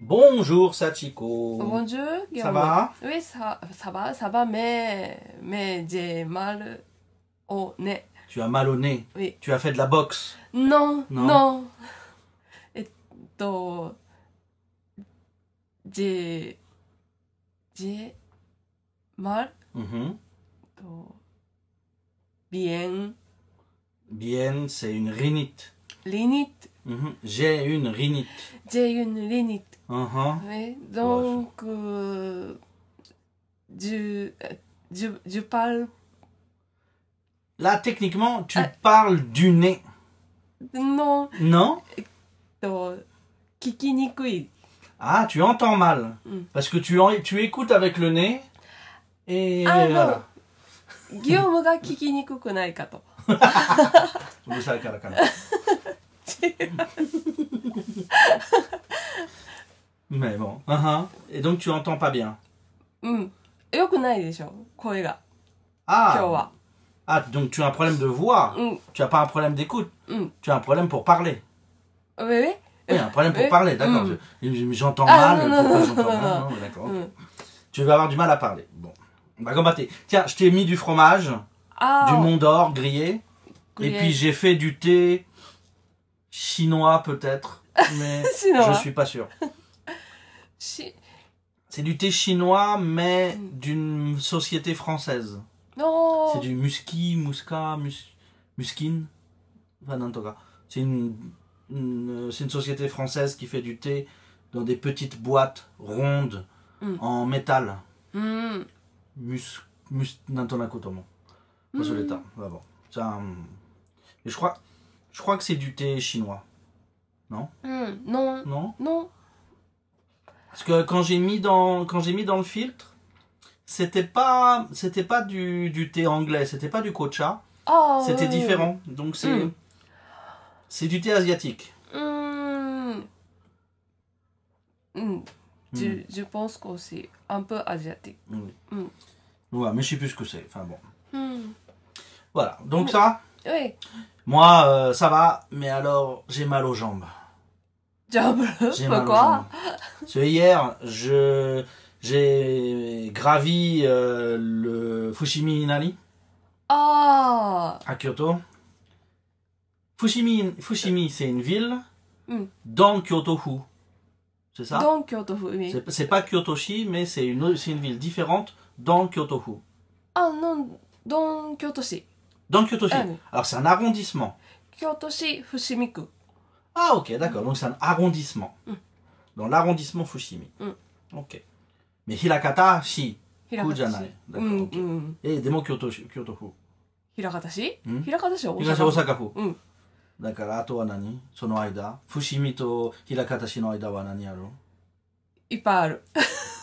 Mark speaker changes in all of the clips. Speaker 1: Bonjour Sachiko.
Speaker 2: Bonjour,
Speaker 1: Ça
Speaker 2: Guillaume.
Speaker 1: va
Speaker 2: Oui, ça, ça va, ça va, mais, mais j'ai mal au nez.
Speaker 1: Tu as mal au nez.
Speaker 2: Oui.
Speaker 1: Tu as fait de la boxe.
Speaker 2: Non,
Speaker 1: Non.
Speaker 2: non. えっと、j'ai, j'ai mal
Speaker 1: Mhm.
Speaker 2: と bien,
Speaker 1: Bien, c'est une rhinite.
Speaker 2: rinite.
Speaker 1: Mhm. J'ai une rhinite.
Speaker 2: J'ai une rinite.
Speaker 1: Mhm.
Speaker 2: Oui, donc, euh, je, je, je parle,
Speaker 1: Là, techniquement, tu
Speaker 2: Ah.
Speaker 1: parles du nez.
Speaker 2: non,
Speaker 1: Non
Speaker 2: Euh. と、聞きにくい。
Speaker 1: Ah, tu entends mal.
Speaker 2: Mm.
Speaker 1: Parce que tu, en- tu écoutes avec le nez. Et euh,
Speaker 2: Ah, non.
Speaker 1: voilà.
Speaker 2: 業務が聞きにくくないかと。
Speaker 1: Vous le savez, Karakana. Mais bon. Mhm. Et donc, tu entends pas bien.
Speaker 2: うん。よくないでしょ声が。今日
Speaker 1: Ah.
Speaker 2: は。
Speaker 1: ah, donc tu as un problème de voix.
Speaker 2: うん。
Speaker 1: Tu n'as pas un problème d'écoute.
Speaker 2: Mm.
Speaker 1: Tu as un problème pour parler.
Speaker 2: ええ
Speaker 1: Oui, un problème pour
Speaker 2: Eh,
Speaker 1: parler, d'accord.
Speaker 2: mm.
Speaker 1: Je- J'entends
Speaker 2: Ah,
Speaker 1: mal.
Speaker 2: non, non,
Speaker 1: pourquoi j'entends
Speaker 2: non, non, Hmm.
Speaker 1: mal
Speaker 2: non.
Speaker 1: Non, d'accord.
Speaker 2: うん。
Speaker 1: Tu vas avoir du mal à parler. Bon. Bah, comme pâté. Tiens, je t'ai mis du fromage, du
Speaker 2: あ
Speaker 1: Mont d'Or grillé, et
Speaker 2: グリエ
Speaker 1: puis j'ai fait du thé chinois peut-être, mais
Speaker 2: Chinois.
Speaker 1: je suis pas sûr.
Speaker 2: あ。し、
Speaker 1: C'est du thé chinois, mais
Speaker 2: Mm.
Speaker 1: d'une société française.
Speaker 2: の
Speaker 1: C'est du musky, musca, mus, muskine. Enfin, non, en tout cas. C'est une, une- euh, c'est une société française qui fait du thé dans des petites boîtes rondes
Speaker 2: Mm.
Speaker 1: en métal.
Speaker 2: うん。
Speaker 1: Mus, mus, nantonakotomo.
Speaker 2: Mm.
Speaker 1: l'état. Ah bon. C'est un- Mais je crois, je crois que c'est du thé chinois,
Speaker 2: うん。の、
Speaker 1: non?
Speaker 2: の、
Speaker 1: Parce que quand j'ai mis dans, quand j'ai mis dans le filtre, c'était pas, c'était pas du, du thé anglais, c'était pas du kocha.
Speaker 2: ああ。
Speaker 1: C'était
Speaker 2: うん
Speaker 1: différent. Donc c'est
Speaker 2: Mm.
Speaker 1: c'est du thé asiatique.
Speaker 2: うーん。うん。ジ
Speaker 1: Mm.
Speaker 2: ュ、ジュポン少し、アンプアジアティッ
Speaker 1: Oui.
Speaker 2: Mm.
Speaker 1: Ouais, mais je sais plus ce que c'est. Enfin bon.
Speaker 2: ク。うん。
Speaker 1: Voilà. Donc
Speaker 2: Mm.
Speaker 1: ça,
Speaker 2: えい。
Speaker 1: moi euh, ça va, mais alors j'ai mal aux jambes.
Speaker 2: ジャブ
Speaker 1: J'ai
Speaker 2: ル
Speaker 1: mal aux jambes.
Speaker 2: ここは
Speaker 1: Parce que hier, je j'ai gravi euh, le Fushimi Inari
Speaker 2: ああ。
Speaker 1: à Kyoto. Fushimi Fushimi, c'est une ville
Speaker 2: Mm.
Speaker 1: dans Kyoto-fu. C'est ça
Speaker 2: ドンキョとフミ。
Speaker 1: C'est- C'est pas Kyotoshi, mais c'est une, autre- c'est une ville différente dans Kyoto-fu.
Speaker 2: あ、の、ドンキョと市。
Speaker 1: Dans Kyotoshi.
Speaker 2: Ah oui.
Speaker 1: Alors c'est un arrondissement.
Speaker 2: 京都市伏見区。
Speaker 1: Ah ok, d'accord. Donc c'est un arrondissement.
Speaker 2: Mm.
Speaker 1: Dans l'arrondissement Fushimi.
Speaker 2: Mm.
Speaker 1: Ok. Mais Hirakata, shi,
Speaker 2: 平
Speaker 1: ku
Speaker 2: 方
Speaker 1: じゃな
Speaker 2: 市
Speaker 1: い。。
Speaker 2: う
Speaker 1: D'accord.
Speaker 2: ん、
Speaker 1: ok.
Speaker 2: うん。
Speaker 1: Et des mots Kyoto, Kyoto
Speaker 2: 平方市
Speaker 1: うん
Speaker 2: 平方市は
Speaker 1: fu.
Speaker 2: 大
Speaker 1: 東
Speaker 2: 阪。
Speaker 1: 大阪府。
Speaker 2: うん。
Speaker 1: だからあとは何その間。伏見と枚方市の間は何やろ
Speaker 2: いっぱいある。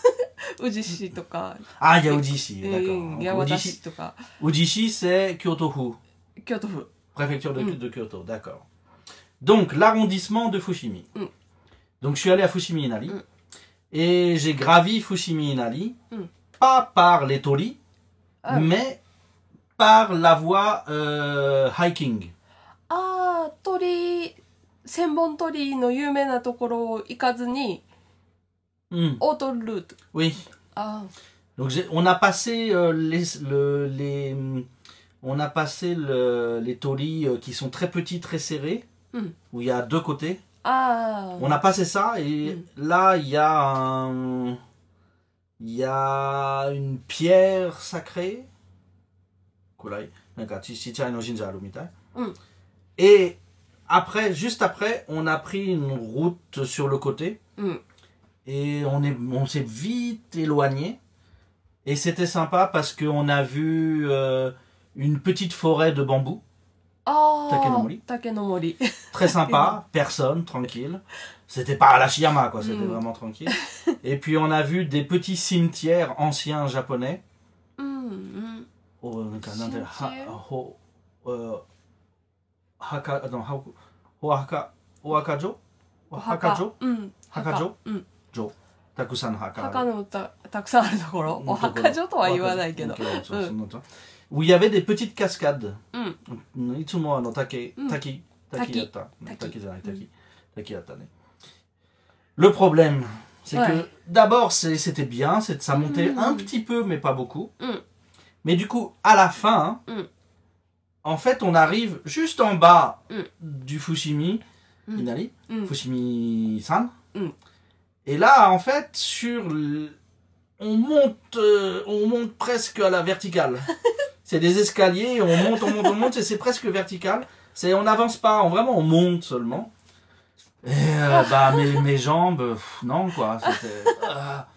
Speaker 2: 宇治市とか、
Speaker 1: あ、いや、宇治市。
Speaker 2: う
Speaker 1: だから
Speaker 2: ん、山
Speaker 1: 宇治
Speaker 2: 田
Speaker 1: 市
Speaker 2: 市。とか、
Speaker 1: 宇治市 c'est Kyoto 府。
Speaker 2: 京都府。
Speaker 1: Préfecture de,
Speaker 2: Mm.
Speaker 1: de Kyoto, d'accord. Donc, l'arrondissement de Fushimi.
Speaker 2: Mm.
Speaker 1: Donc, je suis allé à Fushimi Inari.
Speaker 2: Mm.
Speaker 1: Et j'ai gravi Fushimi Inari,
Speaker 2: Mm. Ah.
Speaker 1: pas par les torii,
Speaker 2: あ、
Speaker 1: mais par la voie euh, hiking.
Speaker 2: あー鳥、千本鳥居の有名なところを行かずに、
Speaker 1: Mm.
Speaker 2: オートルート。
Speaker 1: Oui.
Speaker 2: あ
Speaker 1: Donc, j'ai- on a passé euh, les, le- les- hum, on a passé le- les torii euh, qui sont très petits, très serrés,
Speaker 2: Mm.
Speaker 1: où il y a deux côtés.
Speaker 2: あ、あ
Speaker 1: On a passé ça et là il y a un- il y a une pierre sacrée. Kurai, nanka chi- chichai no jinja aru mitai.
Speaker 2: Mm.
Speaker 1: Et après, juste après, on a pris une route sur le côté
Speaker 2: あ、うん。
Speaker 1: et on est, on s'est vite éloigné. Et c'était sympa parce qu'on a vu euh, une petite forêt de bambou
Speaker 2: ああ
Speaker 1: 竹の森
Speaker 2: 竹の森
Speaker 1: Très sympa, personne, tranquille. C'était pas Arashiyama, quoi, c'était
Speaker 2: Mm.
Speaker 1: vraiment tranquille. Et puis on a vu des petits cimetières anciens japonais. Oh,
Speaker 2: うんうん
Speaker 1: おなんかなんていうのは
Speaker 2: 神聖
Speaker 1: ほえ墓あのはお墓お墓所お墓所
Speaker 2: うん
Speaker 1: 墓所
Speaker 2: うん
Speaker 1: たくさんの墓
Speaker 2: 墓の歌たくさんあるところお墓
Speaker 1: euh,
Speaker 2: 所とは言わないけど
Speaker 1: お墓所そうそうそうそう Où il y avait des petites cascades.
Speaker 2: うん
Speaker 1: うんいつもあの滝
Speaker 2: うん
Speaker 1: 滝
Speaker 2: 滝
Speaker 1: 滝やった
Speaker 2: 滝
Speaker 1: 滝じゃない滝滝やったね。Le problème, c'est que
Speaker 2: Ouais.
Speaker 1: d'abord c'est- c'était bien, c'est- ça montait
Speaker 2: Mm.
Speaker 1: un petit peu mais pas beaucoup.
Speaker 2: Mm.
Speaker 1: Mais du coup, à la fin,
Speaker 2: Mm.
Speaker 1: en fait, on arrive juste en bas
Speaker 2: Mm.
Speaker 1: du Fushimi
Speaker 2: Mm.
Speaker 1: Inari,
Speaker 2: うん
Speaker 1: Fushimi-san.
Speaker 2: Mm.
Speaker 1: Et là, en fait, sur l- on monte, euh, on monte presque à la verticale. c'est des escaliers, on monte, on monte, on monte, et c'est presque vertical. C'est, on n'avance pas, on vraiment, on monte seulement. Et euh, bah mes, mes jambes, pff, non quoi, c'était. ah.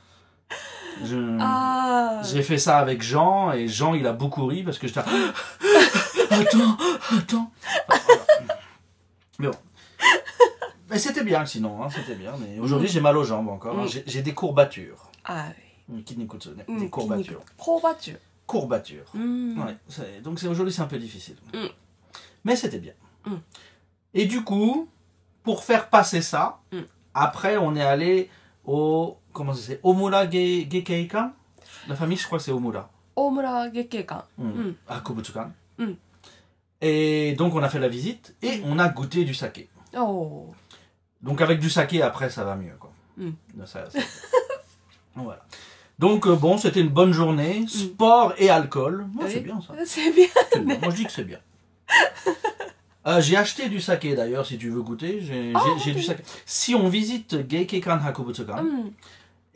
Speaker 1: Je-
Speaker 2: Ah. ああ
Speaker 1: j'ai fait ça avec Jean et Jean il a beaucoup ri parce que j'étais. attends, attends. Enfin, voilà. Mais bon. Mais c'était bien sinon, hein, c'était bien. Mais aujourd'hui j'ai mal aux jambes encore. hein.
Speaker 2: Mm.
Speaker 1: J'ai j'ai des courbatures.
Speaker 2: あー
Speaker 1: Kinikutsu, des
Speaker 2: うん筋肉
Speaker 1: courbatures.
Speaker 2: 工場中
Speaker 1: Courbatures.
Speaker 2: うん、
Speaker 1: Ouais, c'est- donc c'est aujourd'hui c'est un peu difficile.
Speaker 2: Mm.
Speaker 1: Mais c'était bien.
Speaker 2: Mm.
Speaker 1: Et du coup, pour faire passer ça,
Speaker 2: Mm.
Speaker 1: après on est allé au comment ça s'appelle Omura Ge- Gekkeikan. La famille, je crois que c'est Omura.
Speaker 2: 大村月経館
Speaker 1: Mm.
Speaker 2: Mm.
Speaker 1: à Kobutsukan.
Speaker 2: Mm.
Speaker 1: Et donc on a fait la visite et on a goûté du saké.
Speaker 2: おお
Speaker 1: Donc avec du saké après ça va mieux quoi.
Speaker 2: Mm.
Speaker 1: Ça- ça- voilà. Donc euh, bon c'était une bonne journée, sport et alcool. Moi c'est
Speaker 2: Mm. Oui.
Speaker 1: bien ça.
Speaker 2: ーセビア
Speaker 1: C'est bien. Moi je dis que c'est bien. Euh, j'ai acheté du saké d'ailleurs si tu veux goûter. J'ai,
Speaker 2: Ah, Mm.
Speaker 1: j'ai- j'ai du
Speaker 2: ok.
Speaker 1: saké. Si on visite Geikekan Hakobutsukan,
Speaker 2: うん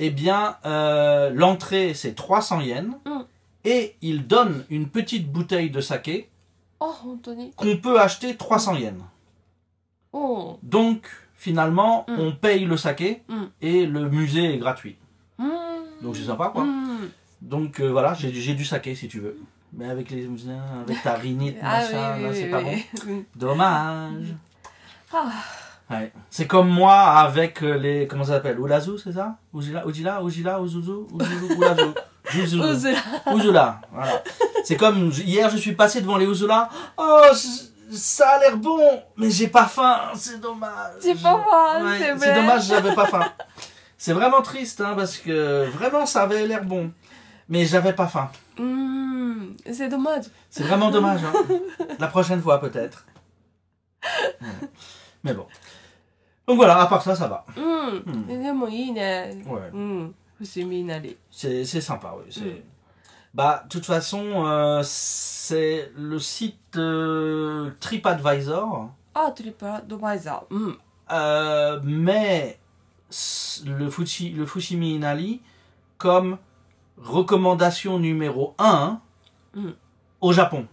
Speaker 1: eh bien, euh, l'entrée, c'est 300 yens.
Speaker 2: Mm.
Speaker 1: Et il donne une petite bouteille de saké
Speaker 2: あ本当に
Speaker 1: qu'on peut acheter 300 yens.
Speaker 2: おう
Speaker 1: Donc, finalement,
Speaker 2: Mm.
Speaker 1: on paye le saké
Speaker 2: Mm.
Speaker 1: et le musée est gratuit.
Speaker 2: うーん
Speaker 1: Donc, c'est sympa, quoi.
Speaker 2: うん、
Speaker 1: Donc, euh, voilà, j'ai, du- j'ai du saké, si tu veux. Mais avec les avec ta rinite,
Speaker 2: あ
Speaker 1: machin,
Speaker 2: ー
Speaker 1: là,
Speaker 2: ウ
Speaker 1: c'est
Speaker 2: ィ
Speaker 1: pas
Speaker 2: ウ
Speaker 1: bon.
Speaker 2: ィウィうん
Speaker 1: Dommage.
Speaker 2: は
Speaker 1: Ouais. C'est comme moi avec euh, les... Comment ça s'appelle Oulazu, c'est ça Oujila, Oujila, Oujila, Ouzouzou, Ouzouzou, Oulazu.
Speaker 2: あ
Speaker 1: Jouzouzou.
Speaker 2: うずら
Speaker 1: Ouzoula, voilà. C'est comme je- hier, je suis passé devant les Ouzoula. Oh, je- ça a l'air bon, mais j'ai pas faim. C'est dommage.
Speaker 2: J'ai pas faim,
Speaker 1: Ouais,
Speaker 2: Ah, c'est
Speaker 1: C'est
Speaker 2: vrai.
Speaker 1: dommage, j'avais pas faim. C'est vraiment triste, hein, parce que vraiment, ça avait l'air bon, mais j'avais pas faim.
Speaker 2: うーん、セドマージ。
Speaker 1: C'est vraiment dommage. hein. La prochaine fois, peut-être. Ouais. Mais bon. Donc voilà, à part ça, ça va.
Speaker 2: う
Speaker 1: ん
Speaker 2: ん、えでもいいね。
Speaker 1: Ouais.
Speaker 2: うん、伏見なり。
Speaker 1: C'est c'est sympa, oui. c'est-
Speaker 2: Mm.
Speaker 1: Bah, de toute façon, euh, c'est le site euh, TripAdvisor.
Speaker 2: あ、トリプルアドバイザー。うん、
Speaker 1: Euh, mais s- le, Fuchi, le Fushimi Inali comme recommandation numéro 1
Speaker 2: Mm.
Speaker 1: au Japon.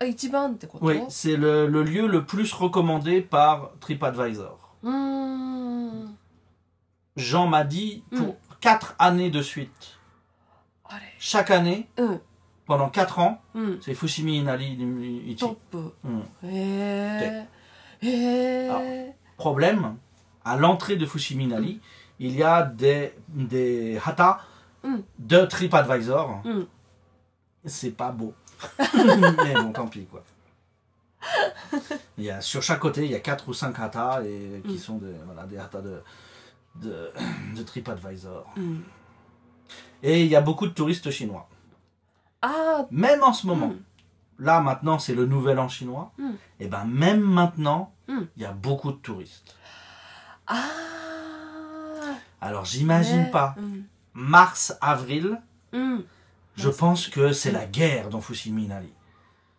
Speaker 2: あ、一番ってこと。
Speaker 1: Oui, c'est le, le lieu le plus recommandé par TripAdvisor.
Speaker 2: うーん、
Speaker 1: Jean m'a dit
Speaker 2: Mm.
Speaker 1: pour 4 années de suite.
Speaker 2: あれ。
Speaker 1: Chaque année,
Speaker 2: うん、
Speaker 1: pendant 4 ans,
Speaker 2: うん、
Speaker 1: c'est Fushimi Inali Ichi.
Speaker 2: トップ。
Speaker 1: Mm.
Speaker 2: へえ。へえ。
Speaker 1: Problème, à l'entrée de Fushimi Inali, il y a des, des hata
Speaker 2: Mm.
Speaker 1: de TripAdvisor.
Speaker 2: うん、
Speaker 1: c'est pas beau. Mais bon, tant pis quoi. Il y a, sur chaque côté, il y a 4 ou 5 hatas et, qui
Speaker 2: Mm.
Speaker 1: sont des, voilà, des hatas de, de, de TripAdvisor.
Speaker 2: うん。
Speaker 1: Et il y a beaucoup de touristes chinois.
Speaker 2: あー、
Speaker 1: Même en ce
Speaker 2: う
Speaker 1: moment,
Speaker 2: ん、
Speaker 1: là maintenant c'est le nouvel an chinois,
Speaker 2: Mm.
Speaker 1: et ben même maintenant,
Speaker 2: Mm.
Speaker 1: il y a beaucoup de touristes.
Speaker 2: あ
Speaker 1: Alors
Speaker 2: ー。
Speaker 1: j'imagine
Speaker 2: ね
Speaker 1: pas,
Speaker 2: うん、
Speaker 1: mars, avril,
Speaker 2: うん。
Speaker 1: je
Speaker 2: Ouais, c'est-
Speaker 1: pense que c'est
Speaker 2: Mm.
Speaker 1: la guerre dans Fusiminali.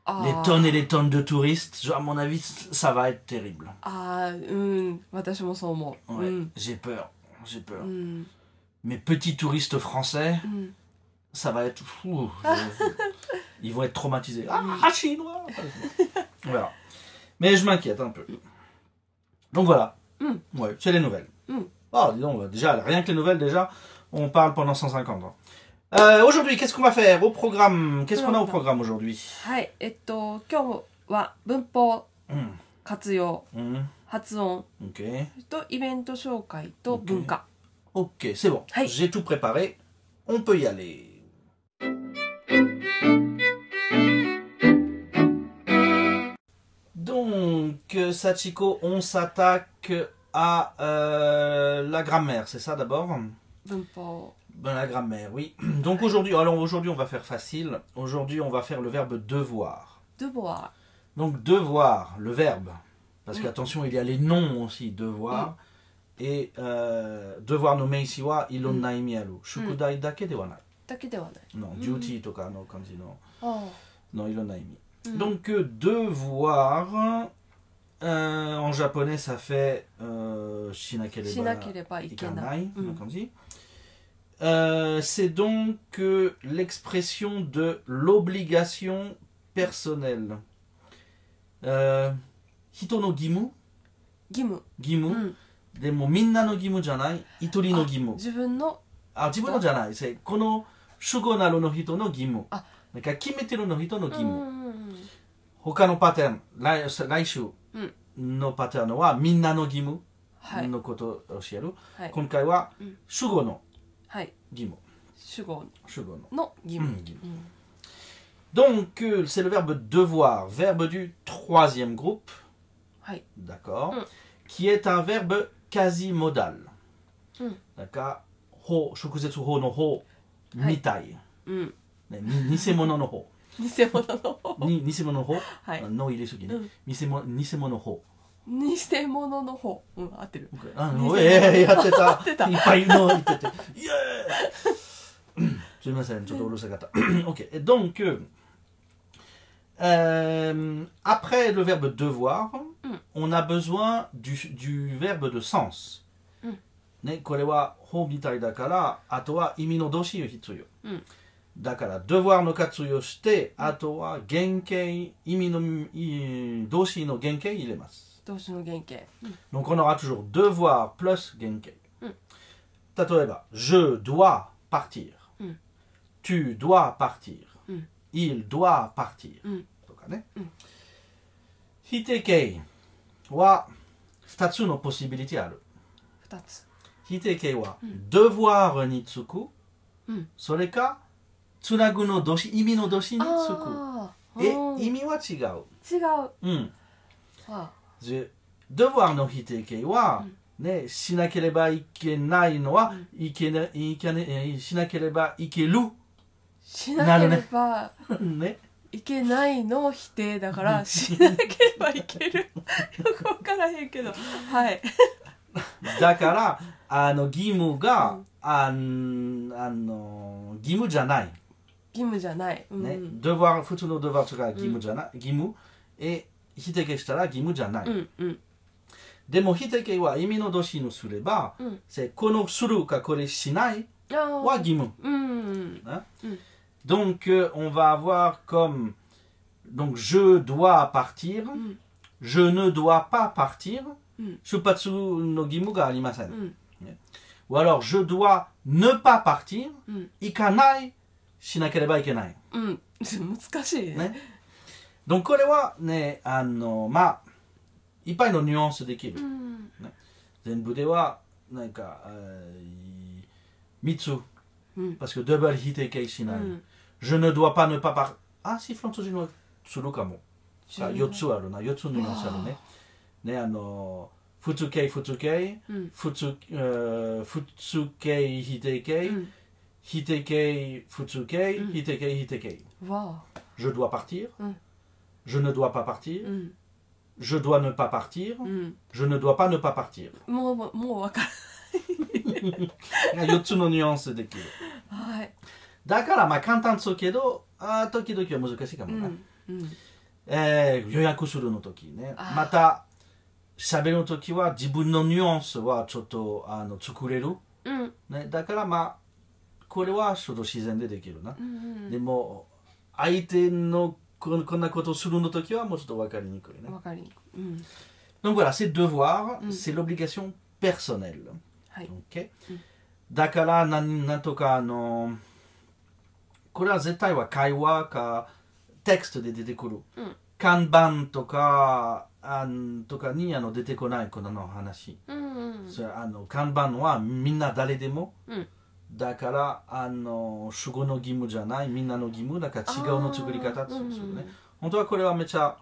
Speaker 2: あ
Speaker 1: Les
Speaker 2: ー
Speaker 1: tonnes et les tonnes de touristes, je- à mon avis, ça va être terrible.
Speaker 2: あー、うん、私もそう思う。
Speaker 1: Ouais,
Speaker 2: うん、
Speaker 1: j'ai peur, j'ai
Speaker 2: う
Speaker 1: peur.
Speaker 2: ん、
Speaker 1: Mes petits touristes français,
Speaker 2: うん。
Speaker 1: ça va être fou. Je- Ils vont être traumatisés.
Speaker 2: Mm.
Speaker 1: Ah, chinois Voilà. Mais je m'inquiète un peu. Donc voilà.
Speaker 2: Mm.
Speaker 1: Ouais, c'est les nouvelles.
Speaker 2: Mm.
Speaker 1: Oh, dis donc, déjà, rien que les nouvelles, déjà, on parle pendant 150 ans. Euh, aujourd'hui, qu'est-ce qu'on va faire au programme Qu'est-ce qu'on a au programme aujourd'hui
Speaker 2: はい、えっと、今日は文法
Speaker 1: うん
Speaker 2: 活用
Speaker 1: うん
Speaker 2: 発音
Speaker 1: Hum, ok
Speaker 2: とイベント紹介と文化、
Speaker 1: ok c'est bon
Speaker 2: Hi.
Speaker 1: j'ai tout préparé on peut y aller donc euh, Sachiko on s'attaque à euh, la grammaire c'est ça d'abord
Speaker 2: 文法
Speaker 1: Ben, la grammaire, oui. Donc aujourd'hui, alors aujourd'hui on va faire facile. Aujourd'hui on va faire le verbe devoir.
Speaker 2: ドゥボは
Speaker 1: Donc devoir, le verbe. Parce
Speaker 2: Mm.
Speaker 1: qu'attention, il y a les noms aussi, devoir. Et euh, devoir no ici wa ironna imi aru. Shukudai dake de wa nai.
Speaker 2: だけではない
Speaker 1: Non,
Speaker 2: Mm.
Speaker 1: duty to ka no kanji no
Speaker 2: あ
Speaker 1: no ironna imi.
Speaker 2: あ、うん
Speaker 1: Donc euh, devoir euh, en japonais ça fait euh, しなければ
Speaker 2: しなければいけない
Speaker 1: Ikanai,
Speaker 2: Mm.
Speaker 1: donc on dit. Euh, c'est donc euh, l'expression de l'obligation personnelle. Euh, hito no gimu,
Speaker 2: 義務、
Speaker 1: gimu,
Speaker 2: うん、
Speaker 1: demo minna no gimu janai, itori no gimu.
Speaker 2: 自分の
Speaker 1: Ah, jibu no janai, c'est kono shugo naru no hito no gimu.
Speaker 2: Ah.
Speaker 1: なんか決めてるの人の義務。
Speaker 2: うんうんうん
Speaker 1: 他のパターン、来来週
Speaker 2: うん
Speaker 1: のパターンはみんなの義務
Speaker 2: はい
Speaker 1: のことを教える。
Speaker 2: はい
Speaker 1: 今回は
Speaker 2: うん
Speaker 1: 主語の
Speaker 2: はい
Speaker 1: 義務。
Speaker 2: 主語
Speaker 1: 主語の。
Speaker 2: の義務、
Speaker 1: Mm, guillemot.
Speaker 2: うん
Speaker 1: Donc, euh, c'est le verbe devoir, verbe du troisième groupe,
Speaker 2: はい、
Speaker 1: d'accord,
Speaker 2: Mm.
Speaker 1: qui est un verbe quasi-modal.
Speaker 2: Mm.
Speaker 1: D'accord Ho, shokuzetsu ho no ho,
Speaker 2: Hai.
Speaker 1: mitai.
Speaker 2: うん、
Speaker 1: Ne, ni- Nisemono no ho.
Speaker 2: 偽物の方
Speaker 1: Ni- Nisemono ho.
Speaker 2: はい
Speaker 1: No, il est sugi.
Speaker 2: Oh, Mm.
Speaker 1: Nisemono nisemono ho.
Speaker 2: 偽物の方うん合ってる
Speaker 1: Ah,
Speaker 2: Nisemono.
Speaker 1: ouais, yatteta.
Speaker 2: Yatteta.
Speaker 1: Ippai no itete. Yeah Sumimasen, chotto urusakata. Ok, et donc, euh, euh, après le verbe devoir,
Speaker 2: Mm.
Speaker 1: on a besoin du, du verbe de sens.
Speaker 2: Mm.
Speaker 1: Ne, kore wa ho mitai da kara, ato wa imi no doshi yo hitsuyo.
Speaker 2: Mm.
Speaker 1: だから、devoir の活用して、あとは原型、意味の、い動詞の原型入れます。
Speaker 2: 動詞の原型、うん
Speaker 1: Donc on aura toujours devoir plus genkei.
Speaker 2: Mm.
Speaker 1: Tatoeba, je dois partir.
Speaker 2: Mm.
Speaker 1: Tu dois partir.
Speaker 2: Mm.
Speaker 1: Il doit partir.
Speaker 2: Mm.
Speaker 1: Donc, hein,
Speaker 2: Mm.
Speaker 1: Hitekei wa futatsu no possibility aru.
Speaker 2: 二つ
Speaker 1: Hitekei wa devoir ni tsuku.
Speaker 2: Mm.
Speaker 1: Sore ka tsunagu no doshi, imi no doshi ni tsuku.
Speaker 2: Ah. あー
Speaker 1: Et
Speaker 2: うん違う
Speaker 1: imi wa chigau.
Speaker 2: あ
Speaker 1: Mm.
Speaker 2: あ
Speaker 1: Je- devoir の否定形は、ね、しなければいけないのは、いけな、いけね、えーしなければいける。
Speaker 2: しなければ
Speaker 1: ね。
Speaker 2: いけないの否定だから、しなければいける よくわからへんけどはい
Speaker 1: だから、あの、義務が、あん、あの、義務じゃない。
Speaker 2: 義務じゃない、うん
Speaker 1: ね。devoir、普通の devoir とか義務じゃない。義務。え、否定形したら義務じゃない。
Speaker 2: うんうん
Speaker 1: でも、否定形は意味の動詞にすれば、
Speaker 2: うん
Speaker 1: せこのするかこれしない
Speaker 2: あー
Speaker 1: は義務。
Speaker 2: うん、
Speaker 1: Hein
Speaker 2: Mm.
Speaker 1: Donc, euh, on va avoir comme donc je dois partir,
Speaker 2: うん、
Speaker 1: je ne dois pas partir,
Speaker 2: Mm.
Speaker 1: shupatsu no gimu ga arimasen.
Speaker 2: うん、
Speaker 1: Ou alors je dois ne pas partir,
Speaker 2: Mm.
Speaker 1: ikanai shinakereba ikenai.
Speaker 2: うん、難しいね。
Speaker 1: ね Donc, これはね、あの、まあ、いっぱいのニュアンスでき
Speaker 2: う
Speaker 1: る。
Speaker 2: ん、
Speaker 1: 全部では、なんか、えー三つ。
Speaker 2: うん、
Speaker 1: parce que double hit et kei
Speaker 2: う
Speaker 1: shinai.
Speaker 2: ん、
Speaker 1: Je ne dois pas ne pas partir. Ah, si, Flantozino no tsuru kamo. あ四つあるな四つの
Speaker 2: Ah。
Speaker 1: ニュアンスあるねねあの普通形普通形
Speaker 2: うん、
Speaker 1: 普通えー普通形非定
Speaker 2: う
Speaker 1: 形
Speaker 2: ん、
Speaker 1: 非定形普通形
Speaker 2: うん
Speaker 1: 非定形非定形
Speaker 2: わ
Speaker 1: je dois partir
Speaker 2: うん
Speaker 1: je ne dois pas
Speaker 2: あ、
Speaker 1: partir
Speaker 2: うん、
Speaker 1: je dois ne pas partir
Speaker 2: うん、
Speaker 1: je ne dois pas ne pas partir
Speaker 2: もうもうもうわかる。
Speaker 1: 四つのニュアンスできる
Speaker 2: はい、
Speaker 1: だからまあ簡単そうけどあー時々は難しいか
Speaker 2: う
Speaker 1: もな、
Speaker 2: ん、うん、
Speaker 1: えー予約するの時ね
Speaker 2: あー
Speaker 1: また喋る時は自分のニュアンスはちょっとあの作れる、
Speaker 2: うん、
Speaker 1: ね、だからまあこれはちょっと自然でできるな
Speaker 2: う、ん
Speaker 1: でも相手のこんこんなことするの時はもうちょっと分かりにくいね
Speaker 2: うん、わかりにくい。うん、
Speaker 1: Donc voilà, c'est devoir,
Speaker 2: Mm.
Speaker 1: c'est l'obligation personnelle.
Speaker 2: はい、
Speaker 1: OK?
Speaker 2: うん
Speaker 1: だから、なんなんとか、あの、これは絶対は会話かテクストで出てくる
Speaker 2: うん
Speaker 1: 看板とか、あんとかにあの出てこないこの話。
Speaker 2: うんうん
Speaker 1: それあの看板はみんな誰でも、
Speaker 2: うん
Speaker 1: だからあの主語の義務じゃないみんなの義務だから違うの作り方っていうんですよね、
Speaker 2: あーうんうん
Speaker 1: 本当はこれはめちゃ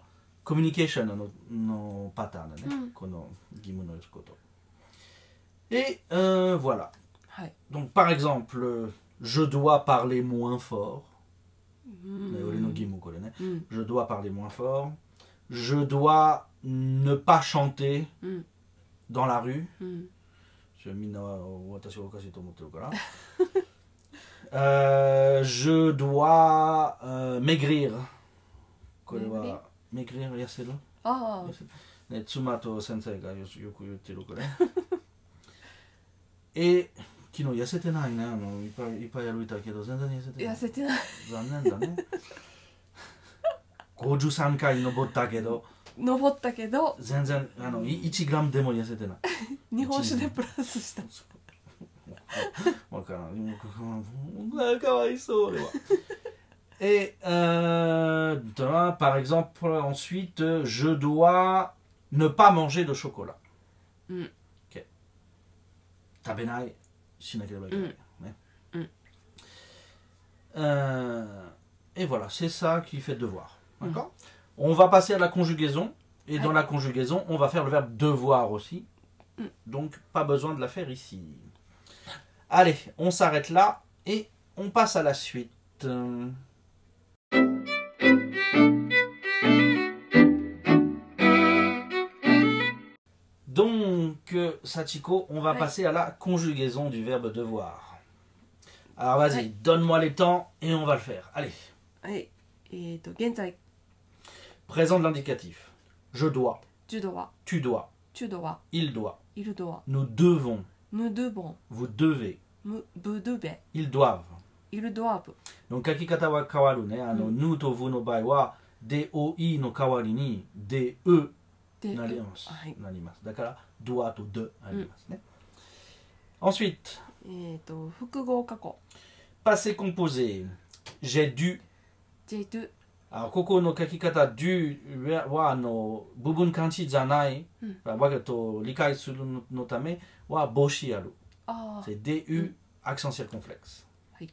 Speaker 1: コミュニケーションののパターンだね、
Speaker 2: うん
Speaker 1: この義務のこと。Et euh, voilà.
Speaker 2: はい。
Speaker 1: Donc par exemple, euh, je dois parler moins fort.
Speaker 2: うん
Speaker 1: ね俺の義務これね。
Speaker 2: うん。
Speaker 1: hein. Je dois parler moins fort. Je dois ne pas chanter
Speaker 2: うん。
Speaker 1: dans la rue.
Speaker 2: うん。
Speaker 1: それみんなは私がおかしいと思ってるから。Euh, je dois euh, maigrir. これは、maigrir 痩せる、
Speaker 2: ああ。
Speaker 1: ね、妻と先生がよよく言ってる から。え、昨日痩せてないね。もういっぱいいっぱい歩いたけど、全然痩せてな
Speaker 2: 痩
Speaker 1: い。
Speaker 2: せてない。
Speaker 1: 残念 だね。53回登ったけど、
Speaker 2: 登ったけど、
Speaker 1: 全然あのい1グラムでも痩せてない。
Speaker 2: 日本酒でプラスした。
Speaker 1: わからん。もうかわいそう、俺は。Et euh, dans- par exemple, ensuite, euh, je dois ne pas manger de chocolat.
Speaker 2: Mm.
Speaker 1: Ok. Tabenai, shinakereba ikenai, né.
Speaker 2: Mm.
Speaker 1: Euh, et voilà, c'est ça qui fait devoir. D'accord On va passer à la conjugaison. Et dans
Speaker 2: Ouais.
Speaker 1: la conjugaison, on va faire le verbe devoir aussi.
Speaker 2: Mm.
Speaker 1: Donc, pas besoin de la faire ici. Allez, on s'arrête là et on passe à la suite. Euh, Donc, euh, Sachiko, on va
Speaker 2: Ouais.
Speaker 1: passer à la conjugaison du verbe devoir. Alors vas-y,
Speaker 2: Ouais.
Speaker 1: donne-moi les temps et on va le faire. Allez,
Speaker 2: はい。えっと、現在、
Speaker 1: présent de l'indicatif. Je dois,
Speaker 2: ジュドは、
Speaker 1: tu dois,
Speaker 2: チュドは、
Speaker 1: il doit,
Speaker 2: イルドは、
Speaker 1: nous devons,
Speaker 2: ヌドゥボン、
Speaker 1: vous devez,
Speaker 2: ムブドゥベ、
Speaker 1: ils doivent.
Speaker 2: イルドアブ。
Speaker 1: Donc, kakikata wa kawaru ne, ano,
Speaker 2: Mm.
Speaker 1: nous to vous no bai wa, doi no kawari ni, de
Speaker 2: で、
Speaker 1: narimasu.
Speaker 2: はい。
Speaker 1: Narimasu. Dakara, doit to de narimasu, ne. Ensuite,
Speaker 2: えっと、複合過去、
Speaker 1: passé composé. J'ai dû
Speaker 2: ジェイドゥ、
Speaker 1: あここの書き方 do はあの部分関係じゃない、
Speaker 2: うん
Speaker 1: わけと理解するののためは帽子ある。
Speaker 2: ああ、
Speaker 1: c'est du、
Speaker 2: うん
Speaker 1: accent circonflexe、
Speaker 2: はい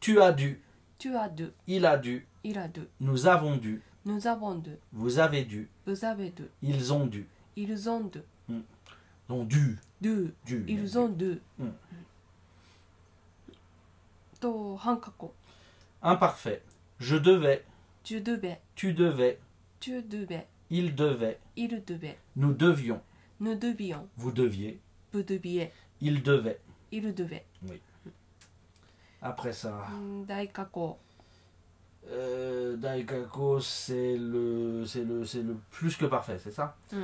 Speaker 1: tu as dû,
Speaker 2: チュアドゥ、
Speaker 1: il a dû,
Speaker 2: イラドゥ、
Speaker 1: nous avons dû,
Speaker 2: ヌザボンドゥ、
Speaker 1: vous avez dû,
Speaker 2: ブザベドゥ、
Speaker 1: ils ont dû.
Speaker 2: イルゾンドゥ、
Speaker 1: Donc dû,
Speaker 2: ドゥ、
Speaker 1: dû.
Speaker 2: イルゾンドゥ。
Speaker 1: うん
Speaker 2: うんと、半過去、
Speaker 1: Imparfait. Je devais,
Speaker 2: ジュドゥベ、
Speaker 1: tu devais,
Speaker 2: チュドゥベ、
Speaker 1: il devait,
Speaker 2: イルドゥベ、
Speaker 1: nous devions,
Speaker 2: ヌドゥビヨン、
Speaker 1: vous deviez,
Speaker 2: ブドゥビエ、
Speaker 1: il devait.
Speaker 2: イルドゥベ。
Speaker 1: Après ça,
Speaker 2: うん大過去、
Speaker 1: Euh, Daikako, c'est le, c'est le, c'est le plus que parfait, c'est ça
Speaker 2: Mm.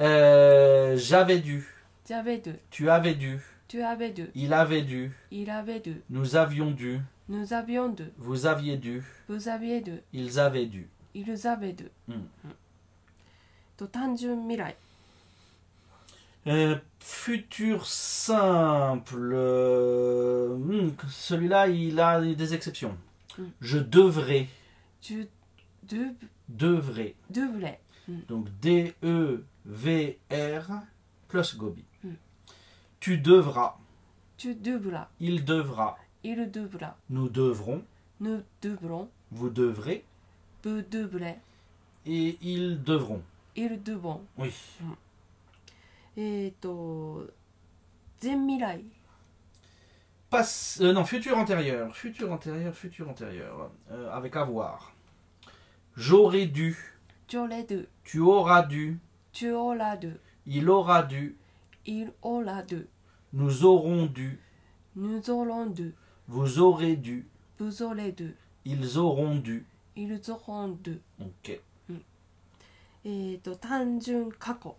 Speaker 1: Euh, J'avais dû,
Speaker 2: ジャベドゥ、
Speaker 1: tu avais dû,
Speaker 2: チュアベドゥ、
Speaker 1: il avait dû,
Speaker 2: イラベドゥ、
Speaker 1: nous avions dû,
Speaker 2: ヌザビヨンドゥ、
Speaker 1: vous aviez dû,
Speaker 2: ブザビエドゥ、
Speaker 1: ils avaient dû.
Speaker 2: イルザベドゥ。
Speaker 1: うん
Speaker 2: と、単純未来、
Speaker 1: Euh, futur simple, euh, hmm, celui-là, il a des exceptions.
Speaker 2: Mm.
Speaker 1: Je devrais,
Speaker 2: ジュドゥブ、
Speaker 1: devrais,
Speaker 2: ドゥブレ、
Speaker 1: donc D-E-V-R plus Gobi.
Speaker 2: Mm.
Speaker 1: Tu devras,
Speaker 2: チュドゥブラ、
Speaker 1: il devra,
Speaker 2: イルドゥブラ、
Speaker 1: nous devrons.
Speaker 2: ヌドゥブロン、
Speaker 1: vous devrez
Speaker 2: ブドゥブレ、
Speaker 1: et ils devront.
Speaker 2: イルドゥボン。
Speaker 1: Oui.
Speaker 2: えっ、と、全未来、
Speaker 1: Passe, euh, non, futur antérieur, futur antérieur, futur antérieur, euh, avec avoir. J'aurais dû,
Speaker 2: ジョレドゥ、
Speaker 1: tu auras dû,
Speaker 2: チュオラドゥ、
Speaker 1: il aura dû,
Speaker 2: イルオラドゥ、
Speaker 1: nous aurons dû,
Speaker 2: ヌゾロンドゥ、
Speaker 1: vous aurez dû,
Speaker 2: ブゾレドゥ、
Speaker 1: ils auront dû.
Speaker 2: イルゾホンドゥ。
Speaker 1: Ok.
Speaker 2: えっ、と、単純過去、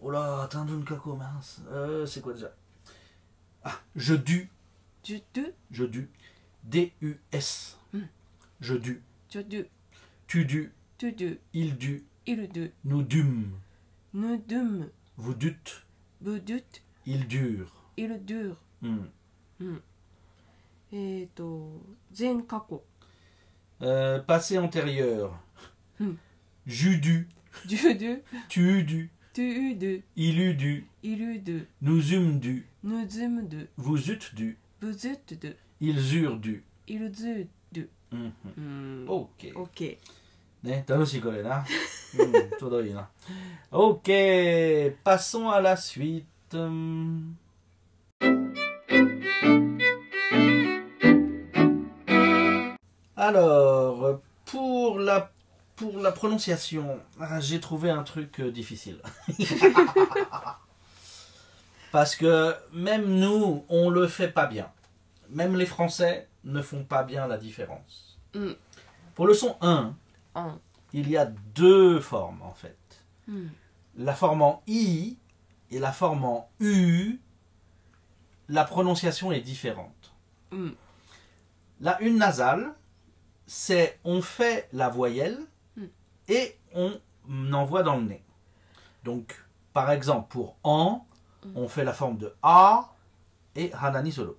Speaker 1: Oh là, attends une caco mince. Euh, c'est quoi déjà Ah, je dû,
Speaker 2: ジュドゥ、
Speaker 1: je dû. D-U-S.
Speaker 2: Hmm.
Speaker 1: Je dû,
Speaker 2: ジョドゥ、
Speaker 1: tu dû,
Speaker 2: トゥドゥ、
Speaker 1: il dû,
Speaker 2: イルドゥ、
Speaker 1: nous dûmes,
Speaker 2: ヌドゥム、
Speaker 1: vous dûtes,
Speaker 2: ブドゥト、
Speaker 1: ils durent.
Speaker 2: イルドゥー。
Speaker 1: Hmm.
Speaker 2: えっ、と、全過去、
Speaker 1: Euh, passé antérieur.
Speaker 2: Hmm.
Speaker 1: j'eus du,
Speaker 2: ジュドゥ、
Speaker 1: tu eus du,
Speaker 2: トゥドゥ、
Speaker 1: il eut du,
Speaker 2: イルドゥ、
Speaker 1: nous eûmes du,
Speaker 2: ヌズムドゥ、
Speaker 1: vous eûtes du,
Speaker 2: ブズッドゥ、
Speaker 1: ils eurent Hmm. du.
Speaker 2: イルズッドゥ。
Speaker 1: うん
Speaker 2: うーん。
Speaker 1: OK。
Speaker 2: オッケ
Speaker 1: ね、楽しいこれな。うん、ちょうどいいな。OK! Passons à la suite. うん。Alors, pour la, pour la prononciation, ah, j'ai trouvé un truc euh, difficile. Parce que même nous, on le fait pas bien. Même les Français ne font pas bien la différence.
Speaker 2: Mm.
Speaker 1: Pour le son 1,
Speaker 2: ー。あん。
Speaker 1: il y a deux formes en fait.
Speaker 2: うん。
Speaker 1: La forme en i et la forme en u. La prononciation est différente.
Speaker 2: うん。
Speaker 1: La une nasale, c'est on fait la voyelle
Speaker 2: Mm.
Speaker 1: et on envoie dans le nez. Donc, par exemple, pour en,
Speaker 2: Mm.
Speaker 1: on fait la forme de a et hanani solo.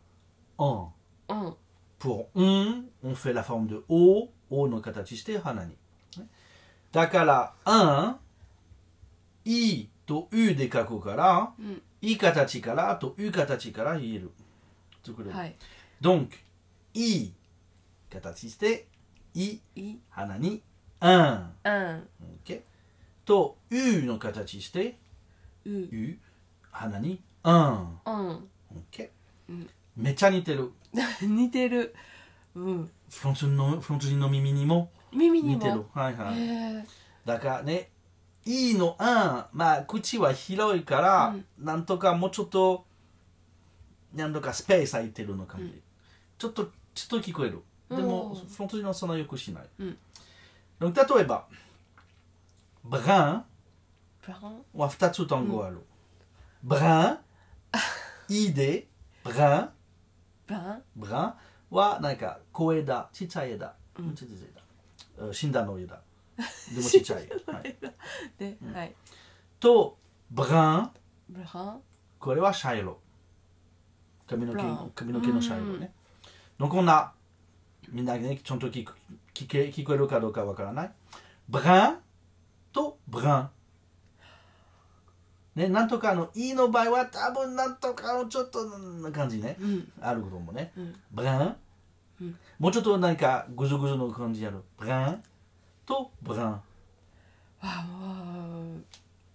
Speaker 1: En.
Speaker 2: うん。
Speaker 1: Pour on, on fait la forme de o, o no katachiste hanani. Dakara 1, i to u で書くから、
Speaker 2: うん。
Speaker 1: i 形からと u 形から言える。作れる
Speaker 2: はい。
Speaker 1: Donc, i 形して i
Speaker 2: い。
Speaker 1: 花に un。
Speaker 2: うん。
Speaker 1: OK? と u の形して
Speaker 2: う。
Speaker 1: u 花に un。
Speaker 2: うん。
Speaker 1: OK?
Speaker 2: うん
Speaker 1: めっちゃ似てる。
Speaker 2: 似てる。うん。
Speaker 1: フランスのフランス人の耳にも
Speaker 2: 耳に
Speaker 1: 似てる
Speaker 2: も。。
Speaker 1: はい
Speaker 2: へ
Speaker 1: はい。
Speaker 2: え。
Speaker 1: だからね、E の案、まあ、口は広いから、なんとかもうちょっと、なんとかスペース空いてるのかも、
Speaker 2: うん
Speaker 1: ちょっと、ちょっと聞こえる。でも
Speaker 2: うん、
Speaker 1: フロント人はそんなよくしない。
Speaker 2: うん
Speaker 1: で例えば、ブラン
Speaker 2: ブラン。
Speaker 1: は2つ単語ある。ブラン、E で、ブラン、
Speaker 2: ブラン。
Speaker 1: ブランはなんか小枝、ちっちゃい枝、
Speaker 2: うん
Speaker 1: ちっちゃい枝、うん死んだの枝、でもちっちゃ い枝。はい
Speaker 2: で、はい。
Speaker 1: と、ブラン、
Speaker 2: ブラン。
Speaker 1: これはシャイロ。髪の毛
Speaker 2: ブラウン
Speaker 1: 髪の毛のシャイロね。のこんな、みんなね、ちゃんと聞く聞け聞こえるかどうかわからない。ブランとブラン。ね、なんとかの E の場合は多分なんとかのちょっとな感じね。
Speaker 2: うん。
Speaker 1: あることもね。
Speaker 2: うん。
Speaker 1: ブラン、
Speaker 2: うん
Speaker 1: もうちょっとなんかグズグズの感じある。ブランとブラン。
Speaker 2: わあ。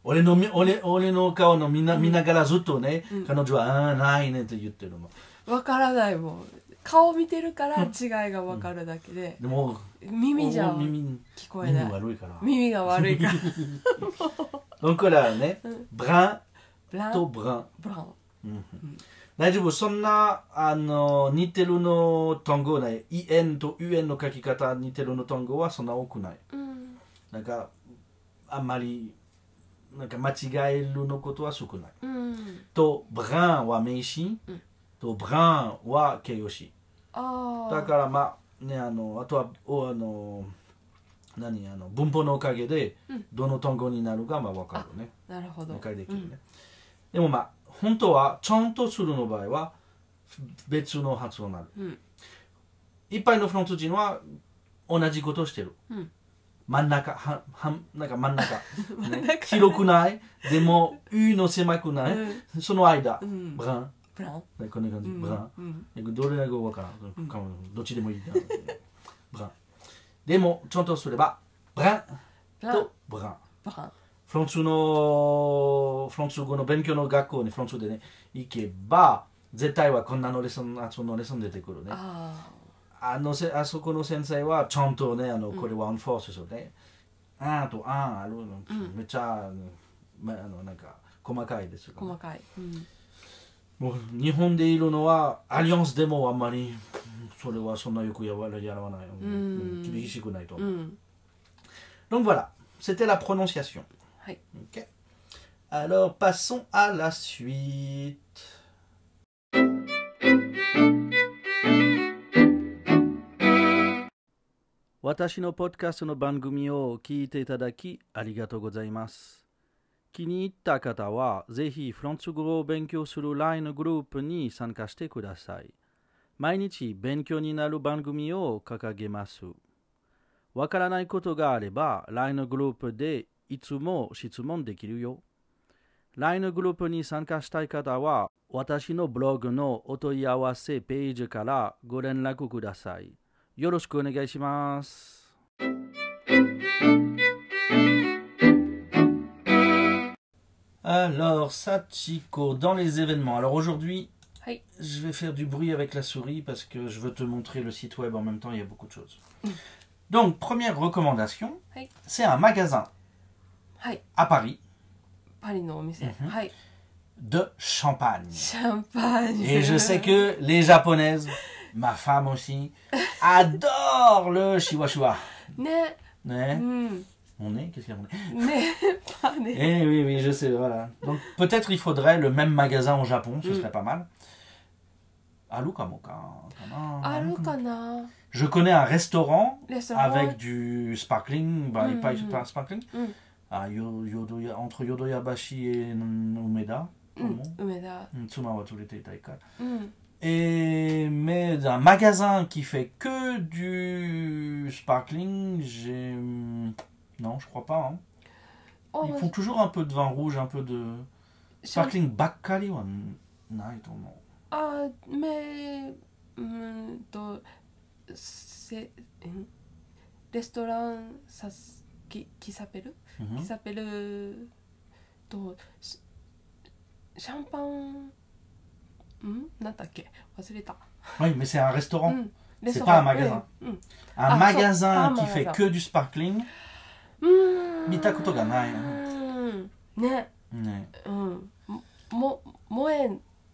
Speaker 1: 俺のみ俺俺の顔のみんな見ながらずっとね、
Speaker 2: うん
Speaker 1: 彼女は「あーないね」って言ってるの
Speaker 2: わからないもん顔見てるから違いがわかるだけで、
Speaker 1: でも
Speaker 2: 耳じゃ
Speaker 1: お耳
Speaker 2: 聞こえ
Speaker 1: 耳
Speaker 2: ない耳
Speaker 1: 悪いから
Speaker 2: が悪いから
Speaker 1: だからね、
Speaker 2: うん
Speaker 1: ブラ
Speaker 2: ブ
Speaker 1: ン
Speaker 2: ラ
Speaker 1: と
Speaker 2: ン
Speaker 1: ブラン、
Speaker 2: ブラン
Speaker 1: うん大丈夫そんなあの似てるの単語ない「en」と「un」の書き方似てるの単語はそんな多くない
Speaker 2: うん
Speaker 1: なんかあんまりなんか間違えるのことは少ない
Speaker 2: うん
Speaker 1: とブランは名詞、
Speaker 2: うん
Speaker 1: とブランは形容詞
Speaker 2: ああ
Speaker 1: だからまあねあのあとはおあの何あの文法のおかげで
Speaker 2: うん
Speaker 1: どの単語になるかまあ分かるね
Speaker 2: なるほど
Speaker 1: 理解できるね、でもまあ本当はちゃんとするの場合は別の発音になる
Speaker 2: うん
Speaker 1: いっぱいのフランス人は同じことをしてる、
Speaker 2: うん
Speaker 1: 真ん中ははんなんか真ん中ね
Speaker 2: 真ん中
Speaker 1: 広くないでも「う」の狭くない、その間、
Speaker 2: うん、うん
Speaker 1: ブラン
Speaker 2: ブラン
Speaker 1: ねこんな感
Speaker 2: う
Speaker 1: じ、
Speaker 2: ん
Speaker 1: ブラン
Speaker 2: うん
Speaker 1: どれだけわからん、かもどっちでもいいなブランでもちゃんとすればブラ
Speaker 2: ブ
Speaker 1: ン
Speaker 2: ラン
Speaker 1: とブラン
Speaker 2: ブラン
Speaker 1: フランスのフランス語の勉強の学校にフランスでね行けば絶対はこんなのレッスンあそのレッスン出てくるね
Speaker 2: あ
Speaker 1: あのせあそこの先生はちゃんとねあのこれはアンフォースですよね、あとああるの
Speaker 2: ん
Speaker 1: めっちゃ、あのまあのなんか細かいですよ
Speaker 2: あ細かい、うん、
Speaker 1: もう日本でいるのはアリアンスでもあんまりそれはそんなよくやわらやらない、
Speaker 2: ん
Speaker 1: うん厳しくないと思
Speaker 2: う
Speaker 1: う、
Speaker 2: ん、
Speaker 1: Donc voilà, c'était la prononciation.
Speaker 2: はい
Speaker 1: Ok. Alors passons à la suite. Watashi no podcast の番組を聞いていただきありがとうございます。気に入った方はぜひフランス語を勉強する LINE のグループに参加してください。毎日勉強になる番組を掲げます。
Speaker 3: わからないことがあれば LINE のグループでいつも質問できるよ。LINE のグループに参加したい方は私のブログのお問い合わせページからご連絡ください。よろしくお願いします。
Speaker 1: Alors, Sachiko, dans les événements. Alors aujourd'hui,
Speaker 2: Hi.
Speaker 1: je vais faire du bruit avec la souris parce que je veux te montrer le site web en même temps, il y a beaucoup de choses. Donc, première recommandation,
Speaker 2: Hi.
Speaker 1: c'est un magasin
Speaker 2: はい、
Speaker 1: à Paris
Speaker 2: パリのお店、
Speaker 1: Mhm.
Speaker 2: はい、
Speaker 1: de champagne.
Speaker 2: シャンパーニュ。
Speaker 1: Et je sais que les japonaises, ma femme aussi, adorent le chihuahua.
Speaker 2: ね、う
Speaker 1: Ouais.
Speaker 2: ん、
Speaker 1: On est Qu'est-ce qu'il y a on est
Speaker 2: ね、パリ。
Speaker 1: Eh oui, oui, je sais, voilà. Donc peut-être il faudrait le même magasin au Japon, ce
Speaker 2: Mm.
Speaker 1: serait pas mal. Arukamoka, kana,
Speaker 2: ある
Speaker 1: Arukamoka.
Speaker 2: かな。
Speaker 1: Je connais un restaurant
Speaker 2: レストランは
Speaker 1: avec du sparkling, bah,
Speaker 2: Mm,
Speaker 1: pas,
Speaker 2: mm,
Speaker 1: pas sparkling,
Speaker 2: Mm.
Speaker 1: à Yo- Yodoya- entre Yodoyabashi et Umeda,
Speaker 2: う
Speaker 1: comment
Speaker 2: ん、梅田。
Speaker 1: Tsumawa Tsurete Taika.
Speaker 2: うん、
Speaker 1: Et mais un magasin qui fait que du sparkling, j'ai hmm, non, je crois pas. hein.
Speaker 2: あ
Speaker 1: Ils font toujours un peu de vin rouge, un peu de
Speaker 2: シャン
Speaker 1: sparkling Mm, ばっかりはないと思
Speaker 2: あ、め、うーんと、せ、んレストランサスキキサペル、
Speaker 1: う。うん
Speaker 2: キサペルとシシャンパン、うん、なんだっけ、忘れた。
Speaker 1: Oui, mais c'est un
Speaker 2: う
Speaker 1: restaurant.
Speaker 2: ん、レ
Speaker 1: C'est
Speaker 2: スト
Speaker 1: pas
Speaker 2: ラ
Speaker 1: un
Speaker 2: ン。
Speaker 1: magasin.
Speaker 2: うん、うん
Speaker 1: Un
Speaker 2: Mm. Ah,
Speaker 1: magasin
Speaker 2: so-
Speaker 1: qui
Speaker 2: ah,
Speaker 1: fait
Speaker 2: magasin.
Speaker 1: que du sparkling.
Speaker 2: うーん
Speaker 1: 見たことがない
Speaker 2: うんね
Speaker 1: Ouais.
Speaker 2: うんも萌え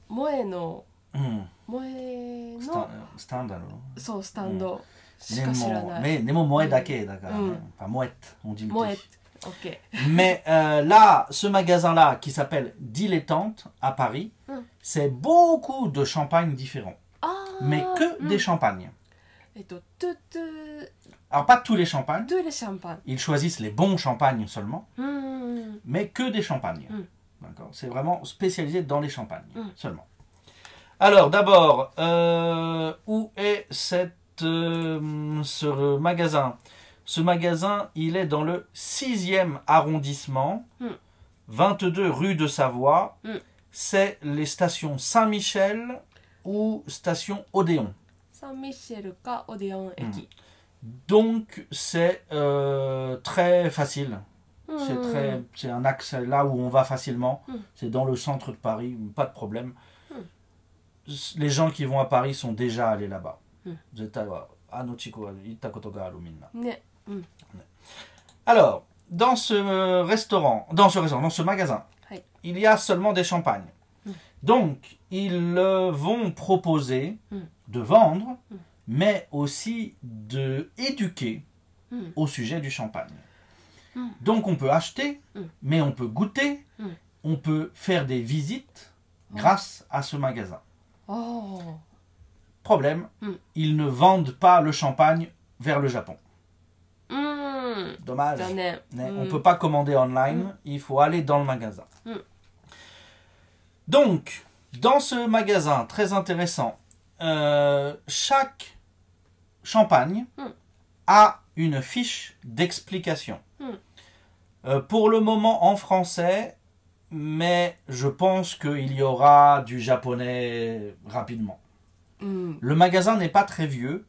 Speaker 2: 萌えの
Speaker 1: Mm.
Speaker 2: 萌え
Speaker 1: Sta-
Speaker 2: の
Speaker 1: standard.
Speaker 2: そうスタンドしか知ら
Speaker 1: Nemo,
Speaker 2: ない
Speaker 1: mais Nemo moed dake, d'accord.
Speaker 2: Mm.
Speaker 1: Enfin, moette, on dit.
Speaker 2: 萌え OK
Speaker 1: Mais euh, là, ce magasin-là, qui s'appelle Dilettante, à Paris,
Speaker 2: Mm.
Speaker 1: c'est beaucoup de champagnes différents.
Speaker 2: あー
Speaker 1: Mais que
Speaker 2: うん
Speaker 1: des champagnes.
Speaker 2: えっとトゥトゥ
Speaker 1: Alors, pas tous les champagnes.
Speaker 2: トゥレシャンパン
Speaker 1: Ils choisissent les bons champagnes seulement,
Speaker 2: うんうんうん
Speaker 1: mais que des champagnes.
Speaker 2: Mm.
Speaker 1: D'accord C'est vraiment spécialisé dans les champagnes
Speaker 2: Mm.
Speaker 1: seulement. Alors, d'abord, euh, où est cette, euh, ce magasin Ce magasin, il est dans le 6e arrondissement,
Speaker 2: Mm.
Speaker 1: 22 rue de Savoie.
Speaker 2: Mm.
Speaker 1: C'est les stations Saint-Michel ou station Odéon.
Speaker 2: サンミシェルかオディオン駅
Speaker 1: Donc, c'est euh, très facile.
Speaker 2: うん
Speaker 1: C'est très, c'est un axe là où on va facilement.
Speaker 2: Mm.
Speaker 1: C'est dans le centre de Paris, pas de problème.
Speaker 2: Mm.
Speaker 1: S- Les gens qui vont à Paris sont déjà allés là-bas.
Speaker 2: Mm.
Speaker 1: Zeta wa- ano chiku wa itta koto ga aru minna.
Speaker 2: ね
Speaker 1: Alors, dans ce restaurant, dans ce restaurant, dans ce magasin,
Speaker 2: Oui.
Speaker 1: il y a seulement des champagnes.
Speaker 2: Mm.
Speaker 1: Donc, ils euh, vont proposer
Speaker 2: Mm.
Speaker 1: de vendre,
Speaker 2: Mm.
Speaker 1: mais aussi de éduquer
Speaker 2: Mm.
Speaker 1: au sujet du champagne.
Speaker 2: Mm.
Speaker 1: Donc, on peut acheter,
Speaker 2: Mm.
Speaker 1: mais on peut goûter,
Speaker 2: Mm.
Speaker 1: on peut faire des visites
Speaker 2: Oh.
Speaker 1: grâce à ce magasin.
Speaker 2: ああ
Speaker 1: Problème,
Speaker 2: Mm.
Speaker 1: ils ne vendent pas le champagne vers le Japon.
Speaker 2: うーん
Speaker 1: Dommage.
Speaker 2: 残念
Speaker 1: Mais
Speaker 2: う
Speaker 1: On
Speaker 2: ん
Speaker 1: peut pas commander online, il faut aller dans le magasin.
Speaker 2: Mm.
Speaker 1: Donc, dans ce magasin, très intéressant, euh, chaque champagne
Speaker 2: Mm.
Speaker 1: a une fiche d'explication.
Speaker 2: Mm.
Speaker 1: Euh, pour le moment en français, mais je pense qu'il y aura du japonais rapidement.
Speaker 2: うん
Speaker 1: Le magasin n'est pas très vieux,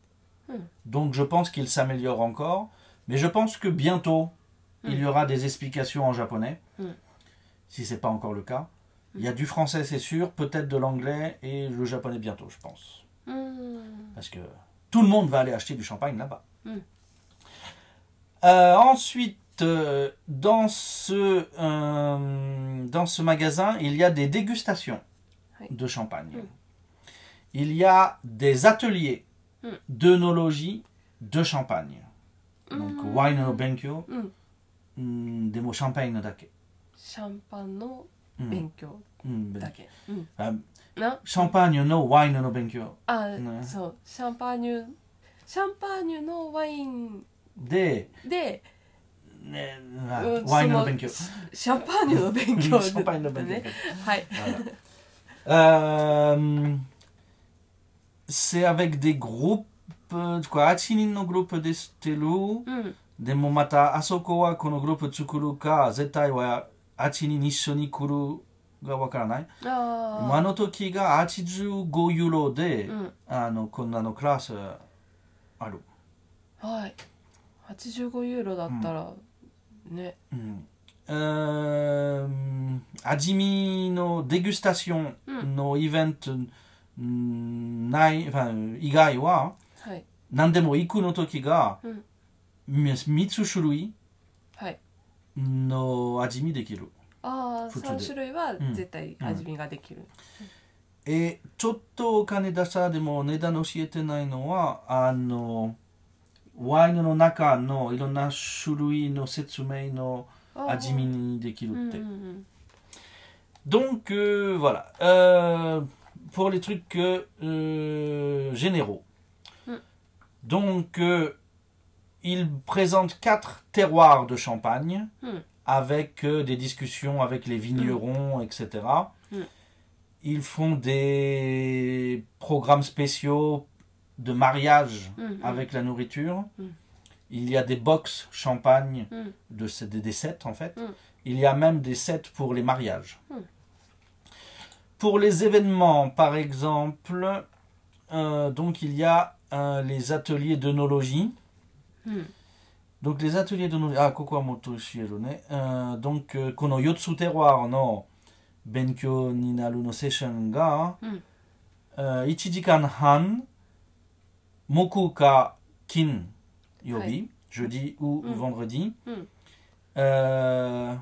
Speaker 2: Hmm.
Speaker 1: donc je pense qu'il s'améliore encore. Mais je pense que bientôt, il y aura des explications en japonais,
Speaker 2: Hmm.
Speaker 1: si c'est pas encore le cas. Il y a du français, c'est sûr, peut-être de l'anglais et le japonais bientôt, je pense.
Speaker 2: うーん
Speaker 1: Parce que tout le monde va aller acheter du champagne là-bas.
Speaker 2: Hmm.
Speaker 1: Euh, ensuite, euh, dans, ce, euh, dans ce magasin, il y a des dégustations
Speaker 2: Oui.
Speaker 1: de champagne.
Speaker 2: Hmm.
Speaker 1: Il y a des ateliers
Speaker 2: Hmm.
Speaker 1: d'œnologie de champagne.
Speaker 2: う
Speaker 1: Donc,
Speaker 2: ん
Speaker 1: wine no benkyo,
Speaker 2: うん
Speaker 1: mm, des mots champagne no dake.
Speaker 2: シャンパンの
Speaker 1: Mm,
Speaker 2: 勉強
Speaker 1: mm, ben-
Speaker 2: だけうん、
Speaker 1: Ah,
Speaker 2: な
Speaker 1: champagne no wine no benkyo.
Speaker 2: あ、
Speaker 1: ね
Speaker 2: そうシャンパーニュシャンパーニュのワイン
Speaker 1: Des.
Speaker 2: で、
Speaker 1: eh, ah,
Speaker 2: う
Speaker 1: wine
Speaker 2: んそ
Speaker 1: no
Speaker 2: の
Speaker 1: benkyo.
Speaker 2: シシャンパーニ ュの勉強
Speaker 1: Mm, champagne no
Speaker 2: だったね
Speaker 1: benkyo.
Speaker 2: はい、
Speaker 1: Voilà. Euh, c'est avec des groupes プ、これ8人のグループでしてる。
Speaker 2: うん
Speaker 1: でもまた、あそこはこのグループ作るか、絶対は8人一緒に来るがわからない。もうあ
Speaker 2: あ
Speaker 1: の時が85ユーロで、
Speaker 2: ーうん
Speaker 1: あの、こんなのクラスある。
Speaker 2: はい85ユーロだったらね
Speaker 1: うんうーん味見のデグスタションのイベント、うんないまあ以外は
Speaker 2: はい
Speaker 1: 何でも行くの時が、
Speaker 2: うん
Speaker 1: み3つ種類
Speaker 2: はい
Speaker 1: の味見できる
Speaker 2: ああ
Speaker 1: 普通で
Speaker 2: 3種類は
Speaker 1: ん
Speaker 2: 絶対味見ができる
Speaker 1: えちょっとお金出したでも値段教えてないのはあのワインの中のいろんな種類の説明の
Speaker 2: あー
Speaker 1: 味見にできる
Speaker 2: うん
Speaker 1: っ
Speaker 2: う
Speaker 1: て
Speaker 2: んうん、
Speaker 1: Donc euh, voilà. Euh, pour les trucs euh, généraux.
Speaker 2: Mm.
Speaker 1: Donc euh, il présente quatre terroirs de champagne
Speaker 2: Mm.
Speaker 1: avec euh, des discussions avec les vignerons, etc.
Speaker 2: Mm.
Speaker 1: Ils font des programmes spéciaux de mariage
Speaker 2: うんうん
Speaker 1: avec la nourriture.
Speaker 2: Mm-hmm. Mm.
Speaker 1: Il y a des box champagne,
Speaker 2: Mm.
Speaker 1: de, c'est des, des sets en fait.
Speaker 2: Mm.
Speaker 1: Il y a même des sets pour les mariages.
Speaker 2: Mm.
Speaker 1: Pour les événements, par exemple, euh, donc il y a euh, les ateliers d'œnologie.
Speaker 2: うん、
Speaker 1: Donc les ateliers d'œnologie. Ah, Kokoamoto Shirone. Euh, donc, euh, kono yotsu terroir no benkyo ninaru no session ga
Speaker 2: Mm.
Speaker 1: euh, 1時間 han moku ka kin yobi,
Speaker 2: Ouais.
Speaker 1: jeudi ou
Speaker 2: Mm.
Speaker 1: vendredi.
Speaker 2: Mm.
Speaker 1: Euh,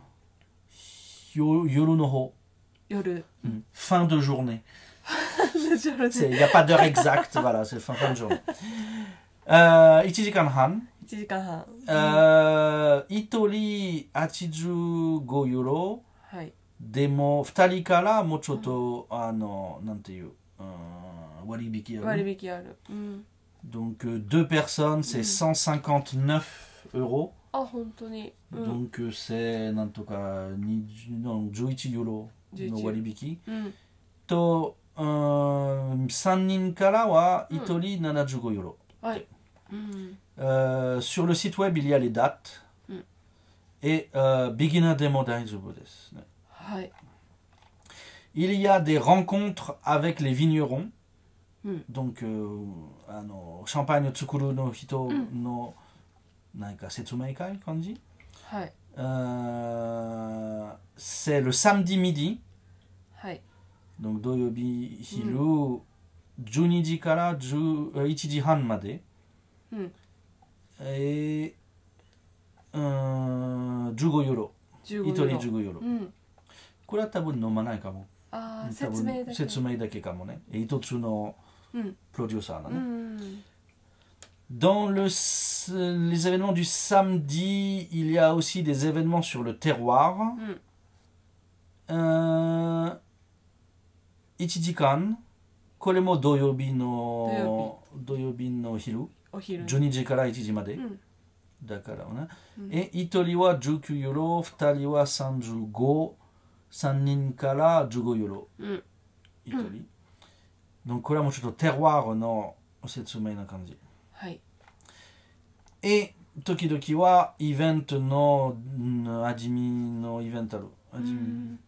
Speaker 1: yo- yoru no ho.
Speaker 2: 夜
Speaker 1: Fin de journée.
Speaker 2: ナチュラル
Speaker 1: C'est-
Speaker 2: で
Speaker 1: Il n'y a pas d'heure exacte, voilà, c'est fin, fin de journée. Euh, 1時間半。
Speaker 2: 1時間半、
Speaker 1: euh, 1人85ユーロ。
Speaker 2: はい
Speaker 1: でも、2人からもうちょっと、あの、なんていう、うん割引ある。
Speaker 2: 割引ある、うん、
Speaker 1: ah Donc, euh, deux personnes, c'est 159 euros.
Speaker 2: あ本当に、うん、
Speaker 1: Donc, euh, c'est, なんとか、20の11ユーロの割引。
Speaker 2: うん、
Speaker 1: と、うん、3人からは1人75ユーロ。
Speaker 2: はい、うん、
Speaker 1: Euh, sur le site web, il y a les dates.
Speaker 2: Mm.
Speaker 1: Et euh, Beginner Demo Daizubu desu.
Speaker 2: はい、
Speaker 1: Il y a des rencontres avec les vignerons.
Speaker 2: Mm.
Speaker 1: Donc, euh, ano, Champagne Tsukuru no Hito
Speaker 2: Mm.
Speaker 1: no nanka setsumei kai, kanji.
Speaker 2: はい、
Speaker 1: Euh, C'est le samedi midi.
Speaker 2: はい、
Speaker 1: Donc, Doyobi Hiru, 12時から10えー1時半まで。
Speaker 2: うん、
Speaker 1: えー、うーん、15ユーロ。
Speaker 2: 15
Speaker 1: 一
Speaker 2: ユー
Speaker 1: 人
Speaker 2: ロ、
Speaker 1: 15ユーロ
Speaker 2: う。ん、
Speaker 1: これは多分飲まないかも。
Speaker 2: あ
Speaker 1: 多
Speaker 2: あ
Speaker 1: 分
Speaker 2: 説明だけ、
Speaker 1: 説明だけかもね。え一つの
Speaker 2: うん、
Speaker 1: プロデューサーな
Speaker 2: う
Speaker 1: ね。
Speaker 2: ん、
Speaker 1: Dans le, s- les événements du samedi, il y a aussi des événements sur le terroir.
Speaker 2: Mm.
Speaker 1: Euh, 1時間。これも土曜日の土曜日の昼。
Speaker 2: お昼、
Speaker 1: 12時から1時まで。
Speaker 2: うん、
Speaker 1: だからね。
Speaker 2: うん
Speaker 1: え、1人は19ユーロ、2人は35、3人から15ユーロ、
Speaker 2: うん、
Speaker 1: 1人。donc これはもうちょっとテロワールの説明な感じ。
Speaker 2: はい、
Speaker 1: え、時々はイベントの、うん味見のイベントある。
Speaker 2: う
Speaker 1: 味見
Speaker 2: ん、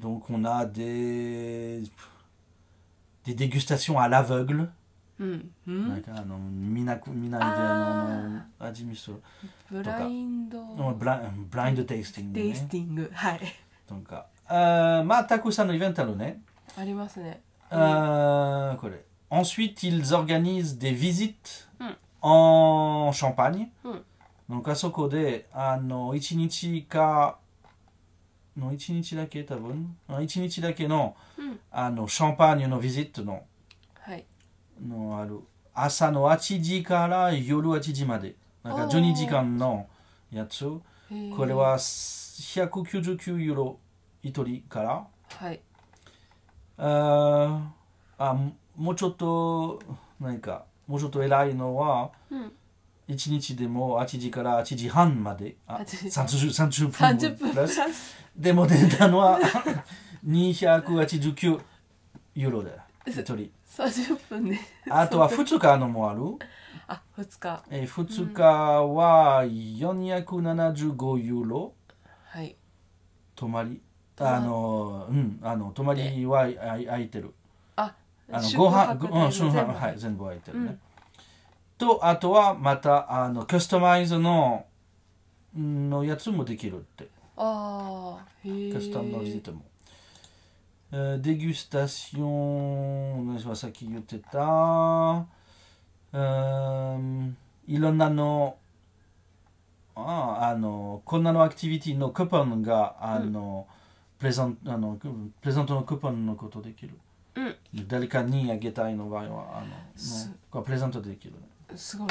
Speaker 1: donc on a des, des dégustations à l'aveugle.
Speaker 2: うん、う
Speaker 1: なん
Speaker 2: ん、
Speaker 1: かあの見なく見ないであの味見する。
Speaker 2: ブラインド、
Speaker 1: ブラブラインドテイスティング、
Speaker 2: テイ
Speaker 1: ね
Speaker 2: ス。ティング、はい、
Speaker 1: なんか、あーまあ、たくさんのイベントあるね。
Speaker 2: ありますね、
Speaker 1: あーこれ。Ensuite, ils organisent des visites
Speaker 2: うん
Speaker 1: en Champagne.
Speaker 2: うん
Speaker 1: donc, あそこで、あの、一日か、の一日だけ多分、あ一日だけの、
Speaker 2: うん
Speaker 1: あの、シャンパーニュのビジットの、
Speaker 2: はい、
Speaker 1: のある、朝の8時から夜8時まで、なんか
Speaker 2: おー
Speaker 1: 12時間のやつ。
Speaker 2: へー
Speaker 1: これ、は199ユーロ一人から。
Speaker 2: はい、
Speaker 1: あーあももうちょっと何かもうちょっと偉いのは
Speaker 2: うん、
Speaker 1: 1日でも8時から8時半まであ
Speaker 2: 8
Speaker 1: 30, 30
Speaker 2: 30
Speaker 1: 分
Speaker 2: 分
Speaker 1: プ
Speaker 2: プラ
Speaker 1: ラス
Speaker 2: ス、
Speaker 1: でも値段は289ユーロだ一人。
Speaker 2: 30分で
Speaker 1: あとは2日のもある。
Speaker 2: あ2日
Speaker 1: えー、2日は475ユーロ
Speaker 2: はい
Speaker 1: 泊まり。
Speaker 2: ま
Speaker 1: あの、うん、あの、泊まりはあい空いてる。
Speaker 2: あ
Speaker 1: あの
Speaker 2: 宿
Speaker 1: ご飯、
Speaker 2: 泊
Speaker 1: ご
Speaker 2: 代
Speaker 1: う
Speaker 2: も
Speaker 1: ん、
Speaker 2: 全
Speaker 1: 瞬
Speaker 2: 部
Speaker 1: 間、はい、全部空いてるね。と、あとはまた、あの、カスタマイズの、のやつもできるって。
Speaker 2: ああへえ
Speaker 1: カスタマイズでも。えーデギュスタション、私はさっき言ってた、うーん、いろんなの、あーあの、こんなのアクティビティのクーポンが、あの、プレゼント、あの、プレゼントのクーポンのことできる。
Speaker 2: うん
Speaker 1: 誰かにあげたいの場合は、あの、
Speaker 2: す
Speaker 1: もうこれプレゼントできる、ね、
Speaker 2: すごい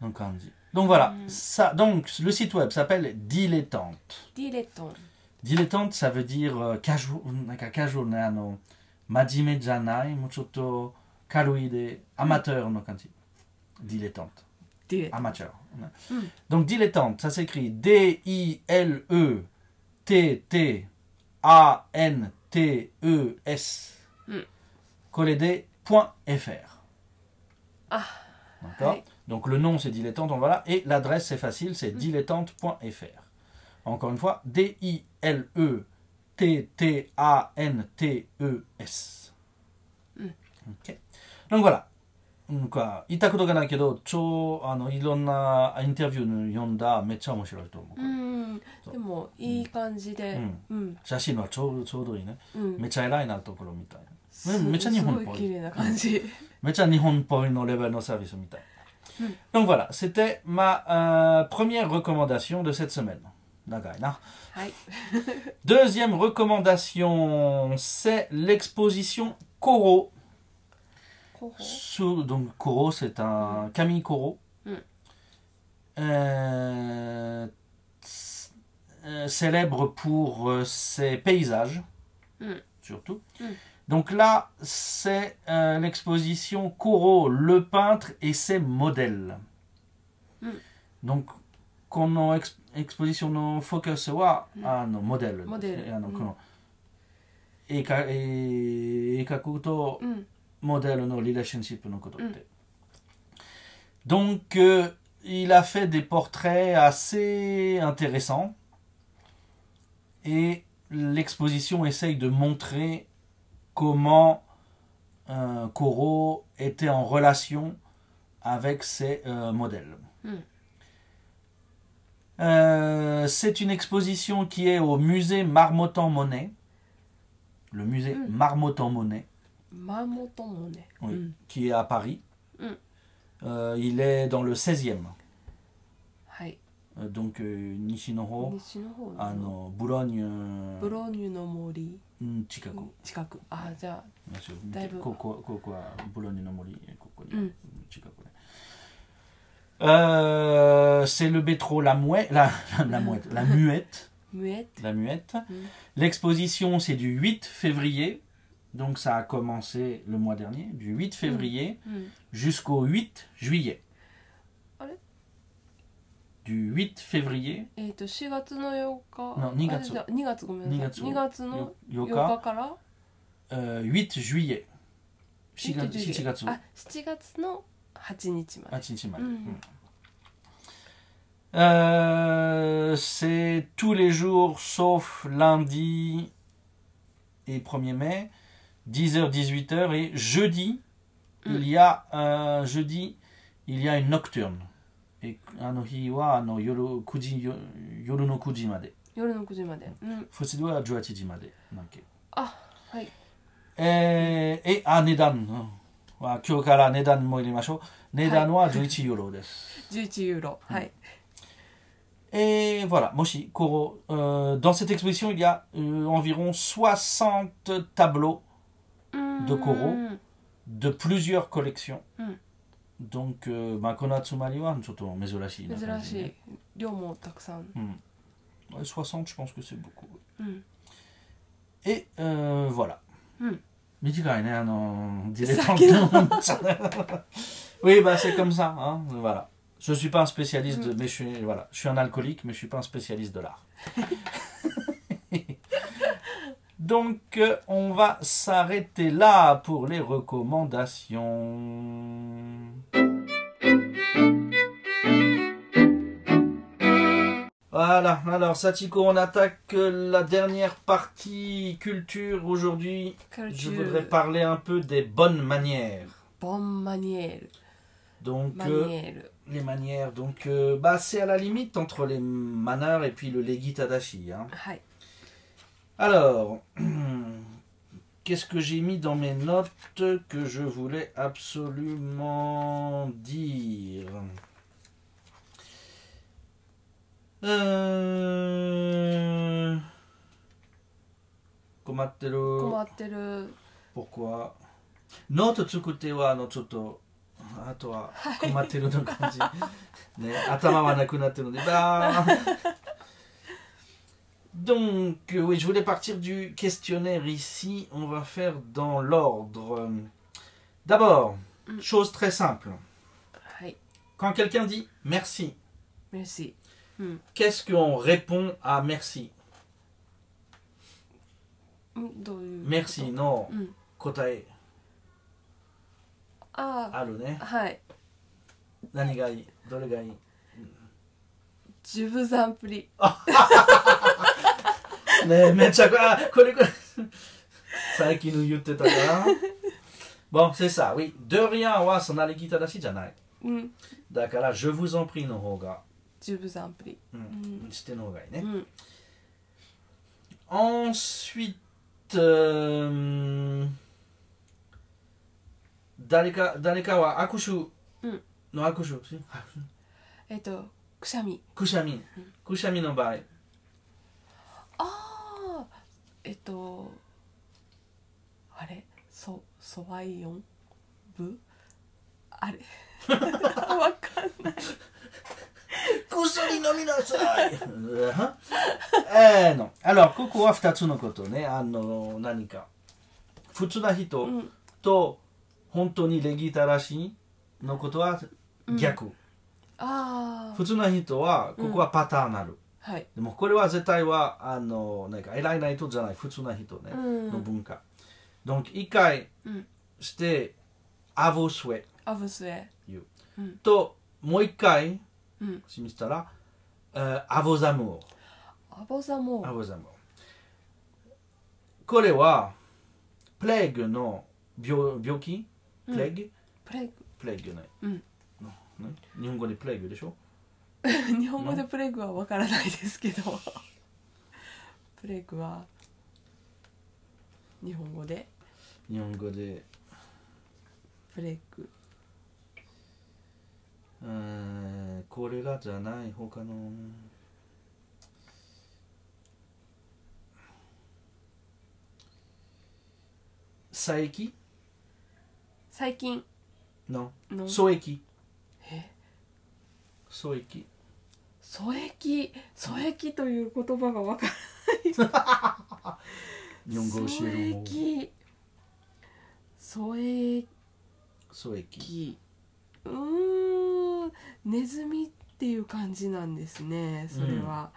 Speaker 1: の感じ。Donc voilà, ça, donc le site web s'appelle Dilettante.
Speaker 2: ディレトン
Speaker 1: Dilettante, ça veut dire euh, casual, なんか casual ね、あの、真面目じゃない、もうちょっと軽いで、アマチュアの感じ。Dilettante,
Speaker 2: ディレ
Speaker 1: amateur. ね
Speaker 2: うん
Speaker 1: Donc dilettante, ça s'écrit D-I-L-E-T-T-A-N-T-E-S. E
Speaker 2: Mm.
Speaker 1: これで .fr.
Speaker 2: Ah,
Speaker 1: D'accord
Speaker 2: ouais.
Speaker 1: Donc le nom c'est dilettante, donc voilà. Et l'adresse c'est facile, c'est dilettante.fr. Encore une fois, E D-I-L-E-T-T-A-N-T-E-S.
Speaker 2: Mm.
Speaker 1: Ok. Donc voilà. なんか言ったことがないけど、超あのいろんなインタビューの読んだ、めっちゃ面白いと思う。
Speaker 2: うん
Speaker 1: そう
Speaker 2: でもいい感じでうん
Speaker 1: 写真はちょうどちょうどいいね。
Speaker 2: うん
Speaker 1: めっちゃ偉いなところみたいな。
Speaker 2: す
Speaker 1: めっちゃ日本っぽい
Speaker 2: すごい綺麗な感じ
Speaker 1: めっちゃ日本っぽいのレベルのサービスみたい。
Speaker 2: うん
Speaker 1: Donc voilà, c'était ma euh, première recommandation de cette semaine. D'accord, non
Speaker 2: はい
Speaker 1: Deuxième recommandation, c'est l'exposition Koro.
Speaker 2: 候補
Speaker 1: Sous- donc Koro, c'est un Camille Koro.
Speaker 2: Mm.
Speaker 1: Euh, c- euh, célèbre pour euh, ses paysages,
Speaker 2: Mm.
Speaker 1: surtout.
Speaker 2: Mm.
Speaker 1: Donc là, c'est euh, l'exposition Koro, le peintre et ses modèles.
Speaker 2: Mm.
Speaker 1: Donc, qu'on a ex- exposition no focus wa
Speaker 2: Mm.
Speaker 1: no modèle. Ah
Speaker 2: モデルうん
Speaker 1: 絵か絵描くと
Speaker 2: うん
Speaker 1: モデルのリレーションシップのこと
Speaker 2: Mm.
Speaker 1: って。Donc, euh, il a fait des portraits assez intéressants et l'exposition essaye de montrer comment euh, Corot était en relation avec ses euh, modèles.
Speaker 2: Mm.
Speaker 1: Euh, C'est une exposition qui est au musée Marmottan-Monet. Le musée
Speaker 2: Mm.
Speaker 1: Marmottan-Monet
Speaker 2: マモトもね
Speaker 1: oui,
Speaker 2: うん
Speaker 1: qui est à Paris.
Speaker 2: Mm.
Speaker 1: Euh, il est dans le 16e,
Speaker 2: はい
Speaker 1: euh, donc euh, Nishinoho,
Speaker 2: 西の方
Speaker 1: à
Speaker 2: の
Speaker 1: Boulogne, euh,
Speaker 2: ブローニュの森
Speaker 1: Chicago.
Speaker 2: 近くあじゃ
Speaker 1: bien sûr.
Speaker 2: だいぶ。
Speaker 1: ここ-ここは Boulogne の森、ここに、
Speaker 2: うん。
Speaker 1: Chicago ね。Euh, c'est le bétro la mouette la, la, la mouette la muette
Speaker 2: あムエット
Speaker 1: la muette
Speaker 2: Mm.
Speaker 1: l'exposition c'est du 8 février donc ça a commencé le mois dernier du 8 février
Speaker 2: うん、
Speaker 1: jusqu'au 8 juillet.
Speaker 2: Allez.
Speaker 1: Du 8 février
Speaker 2: えっ、と4月の8日
Speaker 1: な2月
Speaker 2: あ2月ごめんなさい
Speaker 1: 2
Speaker 2: 2月の
Speaker 1: よ
Speaker 2: 8
Speaker 1: 8
Speaker 2: 日から
Speaker 1: euh, 8 juillet. 7
Speaker 2: 8
Speaker 1: 月7月
Speaker 2: あ7月の8日まで
Speaker 1: 8日まで
Speaker 2: うん
Speaker 1: うん Euh, c'est tous les jours sauf lundi et 1er mai, 10h, 18h et jeudi,
Speaker 2: Mm.
Speaker 1: il y a euh, jeudi, il y a une nocturne. Et あの日はあの夜9時よ夜の9時まで。
Speaker 2: 夜の9時までうん
Speaker 1: 普通は18時までなんけ。
Speaker 2: あはい
Speaker 1: えー、え、あ、値段うんは今日から値段も入れましょう。値段は11ユーロです。
Speaker 2: 11ユーロはい
Speaker 1: Et voilà, Moshi, Koro. Euh, dans cette exposition, il y a euh, environ 60 tableaux
Speaker 2: うん
Speaker 1: どこを de plusieurs collections.
Speaker 2: Mm.
Speaker 1: Donc, euh, bah, Konatsumari wa, choto mezurashi na
Speaker 2: 珍
Speaker 1: kanji
Speaker 2: し
Speaker 1: ne.
Speaker 2: い量もたくさん
Speaker 1: Mm. Ouais, 60, je pense que c'est beaucoup.
Speaker 2: うん
Speaker 1: Et euh, voilà. hein,
Speaker 2: Mm.
Speaker 1: Mijikai, né, non, dilettante.
Speaker 2: qui
Speaker 1: oui, bah c'est comme ça, hein, voilà. Je suis pas un spécialiste de, mais je suis, voilà, je suis un alcoolique, mais je suis pas un spécialiste de l'art. Donc, euh, on va s'arrêter là pour les recommandations. Voilà, alors Satiko, on attaque euh, la dernière partie culture aujourd'hui. Je voudrais parler un peu des bonnes manières.
Speaker 2: Bonne manière.
Speaker 1: Donc, euh,
Speaker 2: Manière.
Speaker 1: les manières, donc, euh, bah, c'est à la limite entre les manars et puis le legi tadashi. hein.
Speaker 2: Hi.
Speaker 1: Alors, qu'est-ce que j'ai mis dans mes notes que je voulais absolument dire euh... Komatteru.
Speaker 2: Komatteru.
Speaker 1: Pourquoi Note tsukute wa no tsoto. Ah, toi, komatteru no kanji. Ne, atama wa nakunatteru no de- Bah. Donc, euh, oui, je voulais partir du questionnaire ici. On va faire dans l'ordre. D'abord,
Speaker 2: Mm.
Speaker 1: chose très simple.
Speaker 2: Hi.
Speaker 1: Quand quelqu'un dit merci,
Speaker 2: Merci.
Speaker 1: qu'est-ce qu'on répond à merci
Speaker 2: Mm, どういうこと
Speaker 1: Merci, non.
Speaker 2: うん。
Speaker 1: Kotae.
Speaker 2: あ
Speaker 1: Aru ne.
Speaker 2: あ、はい。
Speaker 1: Nani ga ii? Dore ga ii?
Speaker 2: 十分さんぷり。
Speaker 1: ねえめちゃくあこ れこれ最近の言ってたかな Bon, c'est ça, oui. De rien wa sonariki tadashi じゃない。
Speaker 2: うん。
Speaker 1: だから、je vous en prie の方が、
Speaker 2: 十分さんぷり。
Speaker 1: う、
Speaker 2: うんん。
Speaker 1: しての方がいいね。
Speaker 2: うん。
Speaker 1: Ensuite, euh, Dareka, Dareka wa akushu.
Speaker 2: Mm.
Speaker 1: No akushu. si?
Speaker 2: えっと、くしゃみ。
Speaker 1: Kushami. Kushami no bae.
Speaker 2: ああ。えっと。あれ、そ、そわい音部あ れ。わかんない。
Speaker 1: 薬飲みなさい えーの。Alors, ここは2つのことね。あの、何か。普通な人
Speaker 2: うん。
Speaker 1: と、本当にレギタらしいのことは逆。
Speaker 2: あ
Speaker 1: 普通な人は、ここはパターンある。
Speaker 2: あ。はい。
Speaker 1: でも、これは絶対は、あの、なんか、偉いな人じゃない、普通な人ね。
Speaker 2: うん
Speaker 1: の文化。Donc, 一回
Speaker 2: うん。
Speaker 1: して、à vos souhaits
Speaker 2: アブスエ。
Speaker 1: と、もう一回、
Speaker 2: うん。
Speaker 1: しみしたら、euh, à vos amours。
Speaker 2: アボザモ
Speaker 1: あ
Speaker 2: ー。
Speaker 1: ございますこれはプレーグの病病気プレーグ、
Speaker 2: プレイ。
Speaker 1: プレーグね,、
Speaker 2: うん
Speaker 1: ね日本語でプレーグでしょ
Speaker 2: 日本語でプレグはわからないですけど プレグは日本語で
Speaker 1: 日本語で
Speaker 2: プレグ
Speaker 1: うーんこれがじゃない他の佐液
Speaker 2: 最近
Speaker 1: の
Speaker 2: の
Speaker 1: 蘇液
Speaker 2: え
Speaker 1: 蘇液
Speaker 2: 疎液疎液という言葉がわから
Speaker 1: 日本語教
Speaker 2: 疎
Speaker 1: える方
Speaker 2: 液疎液
Speaker 1: 蘇液
Speaker 2: うーんネズミっていう感じなんですねそれは、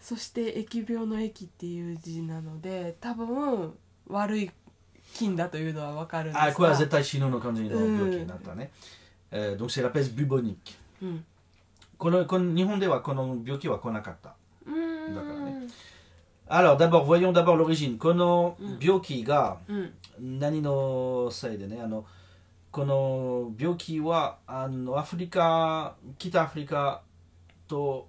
Speaker 2: そして疫病の疫っていう字なので多分悪い菌だというのはわかるんです
Speaker 1: あこれは絶対死ぬの感じの病気になったね、えー donc c'est la peste bubonique
Speaker 2: うん
Speaker 1: このこの日本ではこの病気は来なかった
Speaker 2: うーん
Speaker 1: だからね alors d'abord voyons d'abord l'origine この
Speaker 2: うん
Speaker 1: 病気が
Speaker 2: うん
Speaker 1: 何のせいでねあのこの病気はあのアフリカ北アフリカと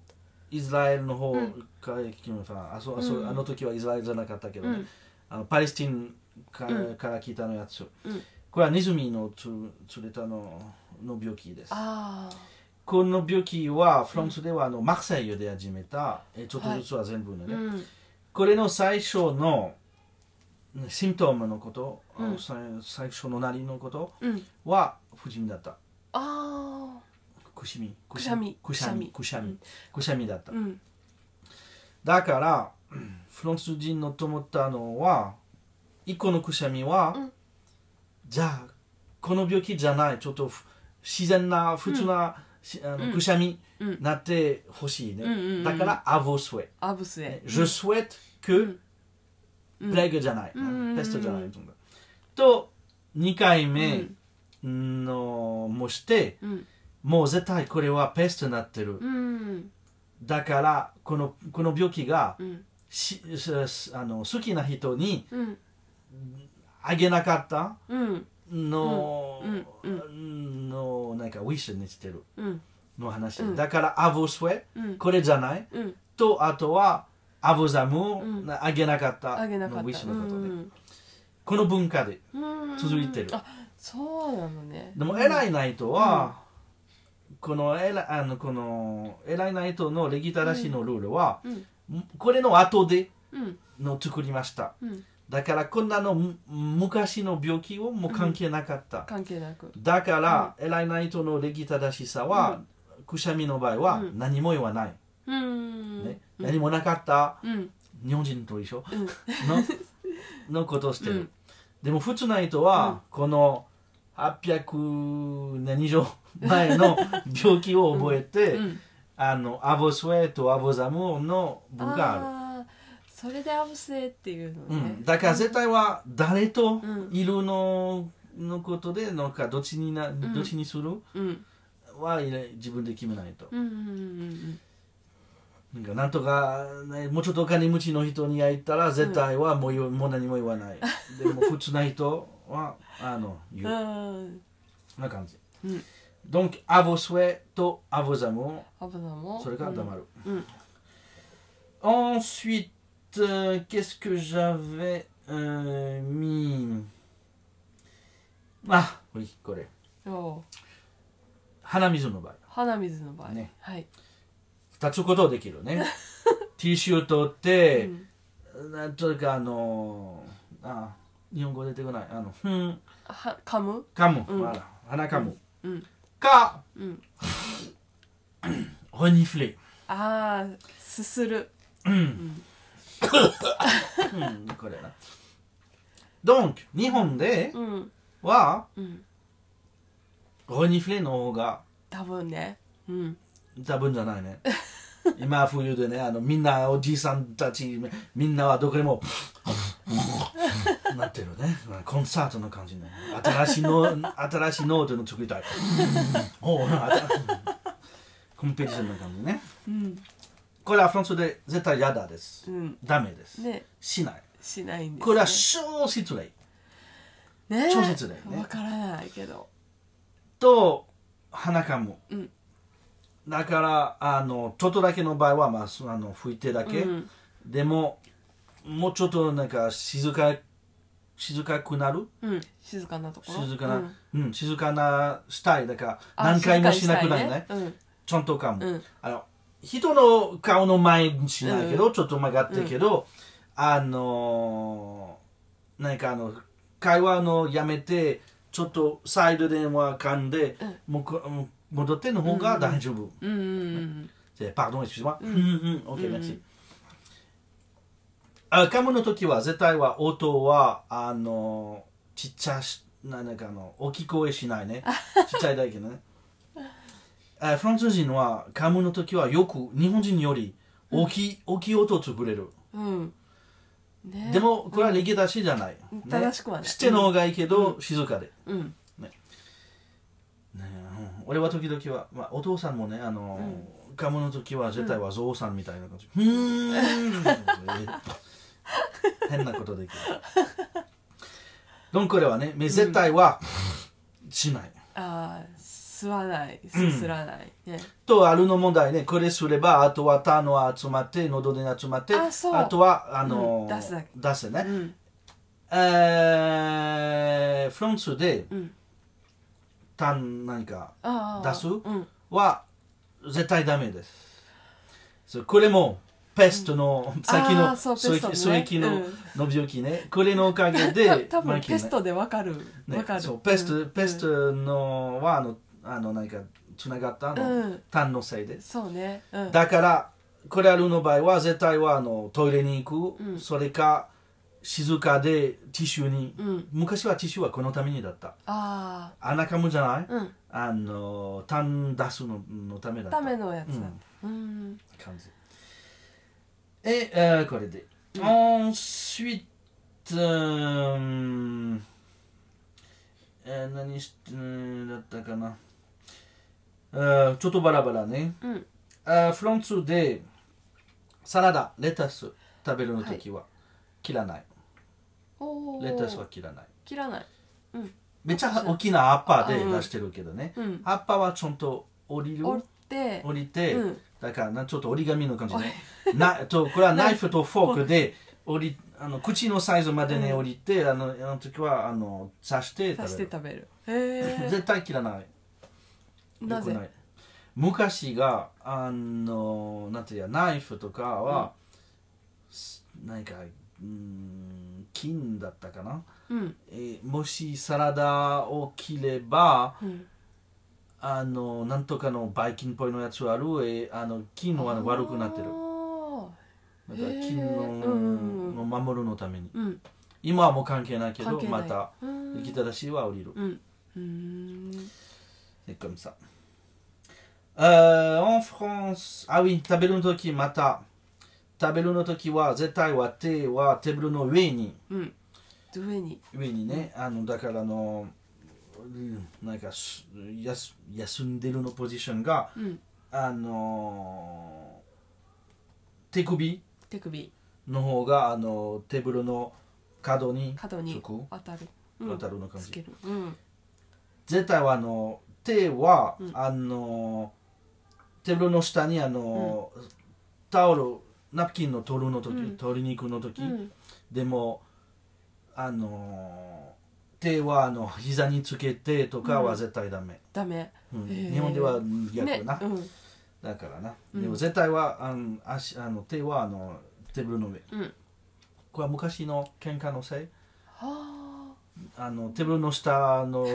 Speaker 1: イスラエルの方
Speaker 2: うん
Speaker 1: から来てるのかなあそうあそう
Speaker 2: うん
Speaker 1: あの時はイスラエルじゃなかったけど
Speaker 2: う
Speaker 1: ね、
Speaker 2: ん
Speaker 1: あのパレスチンか,、
Speaker 2: うん
Speaker 1: から来たのやつ、
Speaker 2: ん
Speaker 1: これはネズミのつ釣れたのの病気です
Speaker 2: ああ
Speaker 1: この病気はフランスではあのマルセイユで始めたえちょっとずつは全部の
Speaker 2: う
Speaker 1: ね、
Speaker 2: ん
Speaker 1: これの最初のシントームのこと、
Speaker 2: うん
Speaker 1: あのさ最初のなりのこと
Speaker 2: うん
Speaker 1: は不死身だった
Speaker 2: あ
Speaker 1: くしみく
Speaker 2: くしゃみ
Speaker 1: くしゃみく
Speaker 2: く
Speaker 1: し
Speaker 2: し
Speaker 1: ゃ
Speaker 2: ゃみ
Speaker 1: みくしゃみだった、
Speaker 2: あうん
Speaker 1: だからうんフランス人のと思ったのは一個のくしゃみは、
Speaker 2: うん
Speaker 1: じゃあこの病気じゃないちょっとふ自然な普通な、しあの
Speaker 2: うん
Speaker 1: くしゃみ
Speaker 2: うん
Speaker 1: なってほしいね、
Speaker 2: うんうんうん
Speaker 1: だから「à vos souhaits
Speaker 2: アブス」エ
Speaker 1: ね Je souhaite que
Speaker 2: ううん
Speaker 1: プレグじゃない、
Speaker 2: うんうんうん
Speaker 1: ペストじゃないと思うと2回目
Speaker 2: う
Speaker 1: の、もして
Speaker 2: うん
Speaker 1: もう絶対これはペストになってる、
Speaker 2: うん
Speaker 1: だからこのこの病気が
Speaker 2: うん
Speaker 1: ししあの好きな人に
Speaker 2: うん
Speaker 1: あげなかった
Speaker 2: うん
Speaker 1: の、
Speaker 2: うんうん
Speaker 1: のなんかウィッシュにしてる
Speaker 2: うん
Speaker 1: の話、
Speaker 2: うん
Speaker 1: だからあvous souhait
Speaker 2: うん
Speaker 1: これじゃない
Speaker 2: うん
Speaker 1: とあとはあ vous amour、
Speaker 2: うん
Speaker 1: あげなかった
Speaker 2: あげなか
Speaker 1: の
Speaker 2: っ
Speaker 1: ウィッシ
Speaker 2: た
Speaker 1: ュのことで、この文化で
Speaker 2: うん
Speaker 1: 続いてる
Speaker 2: あそうなのね
Speaker 1: でも偉いナイトは、この偉いあのこの偉いナイトのレギタラシのルールは、
Speaker 2: うん
Speaker 1: これの後で
Speaker 2: うん
Speaker 1: の作りました
Speaker 2: うん
Speaker 1: だからこんなのむ昔の病気をもう関係なかった、
Speaker 2: 関係なく
Speaker 1: だから、偉いナイトの礼儀正しさは、くしゃみの場合は
Speaker 2: うん
Speaker 1: 何も言わない、
Speaker 2: うん
Speaker 1: ね
Speaker 2: うん
Speaker 1: 何もなかった
Speaker 2: うん
Speaker 1: 日本人と一緒
Speaker 2: うん
Speaker 1: ののことをしてる、
Speaker 2: うん
Speaker 1: でも普通な人は、この800年以上前 の病気を覚えて、
Speaker 2: うん
Speaker 1: あのアボスウェイとアボザムーの文がある
Speaker 2: あーそれでアブセっていうの
Speaker 1: う
Speaker 2: ね
Speaker 1: ん、だから絶対は誰と
Speaker 2: うん
Speaker 1: いるの,、のことでなんかどっちにな、どっちにする
Speaker 2: うん
Speaker 1: はいれ自分で決めないと、
Speaker 2: うんうん
Speaker 1: なんかなんとか、ね、もうちょっとお金持ちの人に会ったら絶対はもう,、もう何も言わないでも普通な人はあの
Speaker 2: うん
Speaker 1: 言
Speaker 2: う
Speaker 1: う、
Speaker 2: ん
Speaker 1: そんな感じ、
Speaker 2: うん
Speaker 1: ドンキアボスウェとアボザム
Speaker 2: アブナも
Speaker 1: それから黙る、
Speaker 2: うん
Speaker 1: Ensuite, euh, qu'est-ce que j'avais euh, mis Ah oui, collé.
Speaker 2: そう
Speaker 1: Hanamizu no bai.
Speaker 2: 鼻水の場合
Speaker 1: ね
Speaker 2: はい
Speaker 1: 2つことをできるね。ティッシュ取って
Speaker 2: う、ん
Speaker 1: なんというかあのー、あー、日本語出てこない。あの、ふん、
Speaker 2: は噛む
Speaker 1: かむ。
Speaker 2: うん
Speaker 1: あら鼻かむ。
Speaker 2: うん
Speaker 1: か、
Speaker 2: うん
Speaker 1: renifler。
Speaker 2: ああすする
Speaker 1: うん、これな。Donc、日本で
Speaker 2: うん
Speaker 1: は、
Speaker 2: うん
Speaker 1: renifler の方が
Speaker 2: 多分ねうん
Speaker 1: 多分じゃないね今冬でねあのみんなおじいさんたちみんなはどこでもなってるねコンサートの感じね新しいの新しいノートの作り たいおうあたコンペティションの感じね
Speaker 2: うん
Speaker 1: これはフランスで絶対嫌だです
Speaker 2: うん
Speaker 1: ダメです、
Speaker 2: ね
Speaker 1: しない
Speaker 2: しないんですね
Speaker 1: これは超失礼
Speaker 2: ね
Speaker 1: 超絶だよね
Speaker 2: わからないけど
Speaker 1: と鼻かむ、
Speaker 2: うん
Speaker 1: だからあのちょっとだけの場合は、まあ、そあの拭いてだけ、
Speaker 2: うん
Speaker 1: でももうちょっとなんか静か静かくなる
Speaker 2: うん静かなところ
Speaker 1: 静かな、
Speaker 2: う
Speaker 1: うんん静かなしたいだか
Speaker 2: あ
Speaker 1: ら何回もしなくなるね
Speaker 2: 静かにしたいね
Speaker 1: ちゃんとかも、
Speaker 2: うん
Speaker 1: あの人の顔の前にしないけど、ちょっと曲がってけど、あのーなんかあの会話のやめてちょっとサイド電話噛んで、もうこうん戻っての方が大丈夫、
Speaker 2: うんうん
Speaker 1: で pardon, excuse-moi.
Speaker 2: うん
Speaker 1: うんうん、OK,
Speaker 2: うん
Speaker 1: merci. あカムの時は絶対は音はあのちっちゃしななんかあの大きい声しないねちっちゃいだけねあフランス人はカムの時はよく日本人より大きい、大きい音を作れる、
Speaker 2: うんうんね
Speaker 1: でもこれは礼儀出しじゃない、
Speaker 2: うん正しくはない
Speaker 1: しての方がいいけど、静かで
Speaker 2: うん
Speaker 1: ねえうん俺は時々は、まあ、お父さんもねあの、カモの時は絶対はゾウさんみたいな感じ、うーん変なことできるドンこれはねめ絶対は、しない
Speaker 2: ああ吸わないすすらないね
Speaker 1: とあるの問題ねこれすればあとは他の集まって喉で集まって
Speaker 2: あそう
Speaker 1: とはあの、
Speaker 2: うん出すだけ
Speaker 1: 出すね、
Speaker 2: うん
Speaker 1: えーフランスで
Speaker 2: うん
Speaker 1: たん何か
Speaker 2: ああ
Speaker 1: 出す
Speaker 2: うん
Speaker 1: は絶対ダメです。そうこれもペストの、さっき
Speaker 2: あ
Speaker 1: の
Speaker 2: ーそう
Speaker 1: そう
Speaker 2: ペストね
Speaker 1: そうきの,、
Speaker 2: うん
Speaker 1: の病気ね。これのおか げで、
Speaker 2: 多
Speaker 1: まあ
Speaker 2: 分ペストでわかる
Speaker 1: ね
Speaker 2: わかる
Speaker 1: そうペスト、
Speaker 2: うん
Speaker 1: ペストのはあのあのなんかつながったあの、
Speaker 2: うん
Speaker 1: 痰のせいです。
Speaker 2: そうねうん
Speaker 1: だからこれあるの場合は絶対はあのトイレに行く、
Speaker 2: うん
Speaker 1: それか静かでティッシュに、
Speaker 2: うん
Speaker 1: 昔はティッシュはこのためにだった。
Speaker 2: あ
Speaker 1: 穴かむじゃない、
Speaker 2: あうん
Speaker 1: あの痰出すののためだった。
Speaker 2: ためのやつだうん
Speaker 1: 感じ。Et, euh, quoi, les dés Ensuite, うんえー何し、うんだったかな。うんちょっとバラバラね。
Speaker 2: うん
Speaker 1: あフランスでサラダ、レタス食べるの時は切らない。
Speaker 2: おー
Speaker 1: レタスは切らない。
Speaker 2: 切らない
Speaker 1: めっちゃ大きな葉っぱで出してるけどね。
Speaker 2: うん
Speaker 1: 葉っぱはちゃんと折りる
Speaker 2: 折って
Speaker 1: 折りて、
Speaker 2: うん
Speaker 1: だからなちょっと折り紙の感じね。なとこれはナイフとフォークで折りあの口のサイズまでね
Speaker 2: うん
Speaker 1: 折りて、あのあの時はあの刺して
Speaker 2: 刺し
Speaker 1: 食べ
Speaker 2: て
Speaker 1: る。
Speaker 2: 食べるへ
Speaker 1: 絶対切らない。
Speaker 2: えな
Speaker 1: よくい
Speaker 2: ぜ
Speaker 1: 昔があのなんていうやナイフとかは、す何かうん金だったかな、
Speaker 2: うん
Speaker 1: えーもしサラダを切れば
Speaker 2: うん
Speaker 1: あのなんとかのバイキンっぽいのやつある、えーあの金は悪くなってる
Speaker 2: あー
Speaker 1: だから
Speaker 2: へー
Speaker 1: 金の,、
Speaker 2: うん
Speaker 1: の守るのために
Speaker 2: うん
Speaker 1: 今はもう関係ないけど
Speaker 2: 関係な
Speaker 1: ま
Speaker 2: い
Speaker 1: た
Speaker 2: うん
Speaker 1: 生きたらしいは降りる、
Speaker 2: うんうーん
Speaker 1: C'est comme ça. Euh, en France, ah oui, 食べる時また食べるの時は絶対は手はテーブルの上に
Speaker 2: うん上に
Speaker 1: 上にねあのだからあのうんなんかすやす休んでるのポジションが
Speaker 2: うん
Speaker 1: あの手首
Speaker 2: 手首
Speaker 1: の方があのテーブルの角に
Speaker 2: 角
Speaker 1: つ
Speaker 2: に
Speaker 1: く
Speaker 2: 当たる
Speaker 1: 当たるの感
Speaker 2: つ
Speaker 1: じ
Speaker 2: けるうん
Speaker 1: 絶対はあの手は、
Speaker 2: うん
Speaker 1: あのテーブルの下にあの、タオルナプキンの取るの時、
Speaker 2: うん
Speaker 1: 取りに行くの時、
Speaker 2: うん
Speaker 1: でもあの手はあの膝につけてとか
Speaker 2: う
Speaker 1: は
Speaker 2: ん
Speaker 1: 絶対ダメ、
Speaker 2: ダメ
Speaker 1: うん
Speaker 2: へー
Speaker 1: 日本では
Speaker 2: ね
Speaker 1: 逆な、
Speaker 2: うん
Speaker 1: だからな、
Speaker 2: うん
Speaker 1: でも絶対はあの足あの手はあのテーブルの上
Speaker 2: うん
Speaker 1: これは昔の喧嘩のせい
Speaker 2: は
Speaker 1: あのテーブルの下 の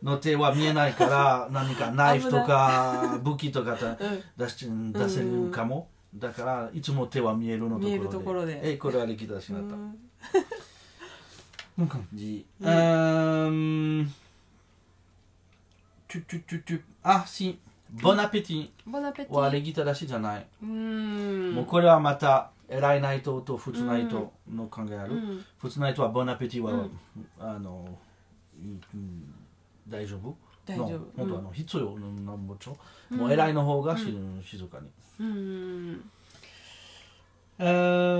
Speaker 1: の手は見えないから何かナイフとか武器とかた
Speaker 2: あうん
Speaker 1: 出して出せるかも、だからいつも手は見えるのところで
Speaker 2: 見えるところで
Speaker 1: えこれは歴代しになった、
Speaker 2: うん
Speaker 1: の感じう
Speaker 2: うん
Speaker 1: ーんチュチュチュチュあしボナペティ
Speaker 2: ボナペティ
Speaker 1: はレギタらしいじゃない、
Speaker 2: うーん
Speaker 1: もうこれはまた偉いナイトと普通ナイトの考えある、
Speaker 2: うん
Speaker 1: 普通ナイトはボナペティは、
Speaker 2: うん
Speaker 1: あのうんうん大丈夫
Speaker 2: 大丈夫
Speaker 1: の本当あの必要なもちろん、も
Speaker 2: うん
Speaker 1: う偉いの方がし、静かに
Speaker 2: うん
Speaker 1: う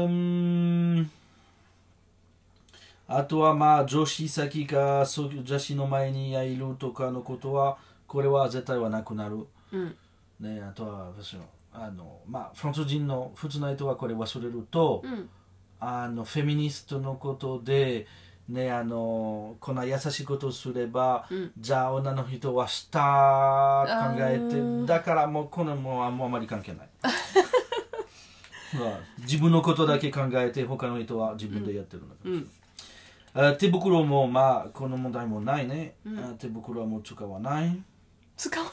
Speaker 1: んあとはまあ女子先かそう女子の前にいるとかのことはこれは絶対はなくなる
Speaker 2: うん
Speaker 1: ねあとは私のあのまあフランス人の普通の人はこれ忘れると、
Speaker 2: うん
Speaker 1: あのフェミニストのことでねあのこんな優しいことすれば、
Speaker 2: うん
Speaker 1: じゃあ女の人はした考え
Speaker 2: あー
Speaker 1: てだからもうこのもうあもうあまり関係 ないまあ自分のことだけ考えて他の人は自分でやってるんだから、
Speaker 2: うん
Speaker 1: あ手袋もまあこの問題もないね、
Speaker 2: うん
Speaker 1: あ手袋はもう使わない
Speaker 2: 使わない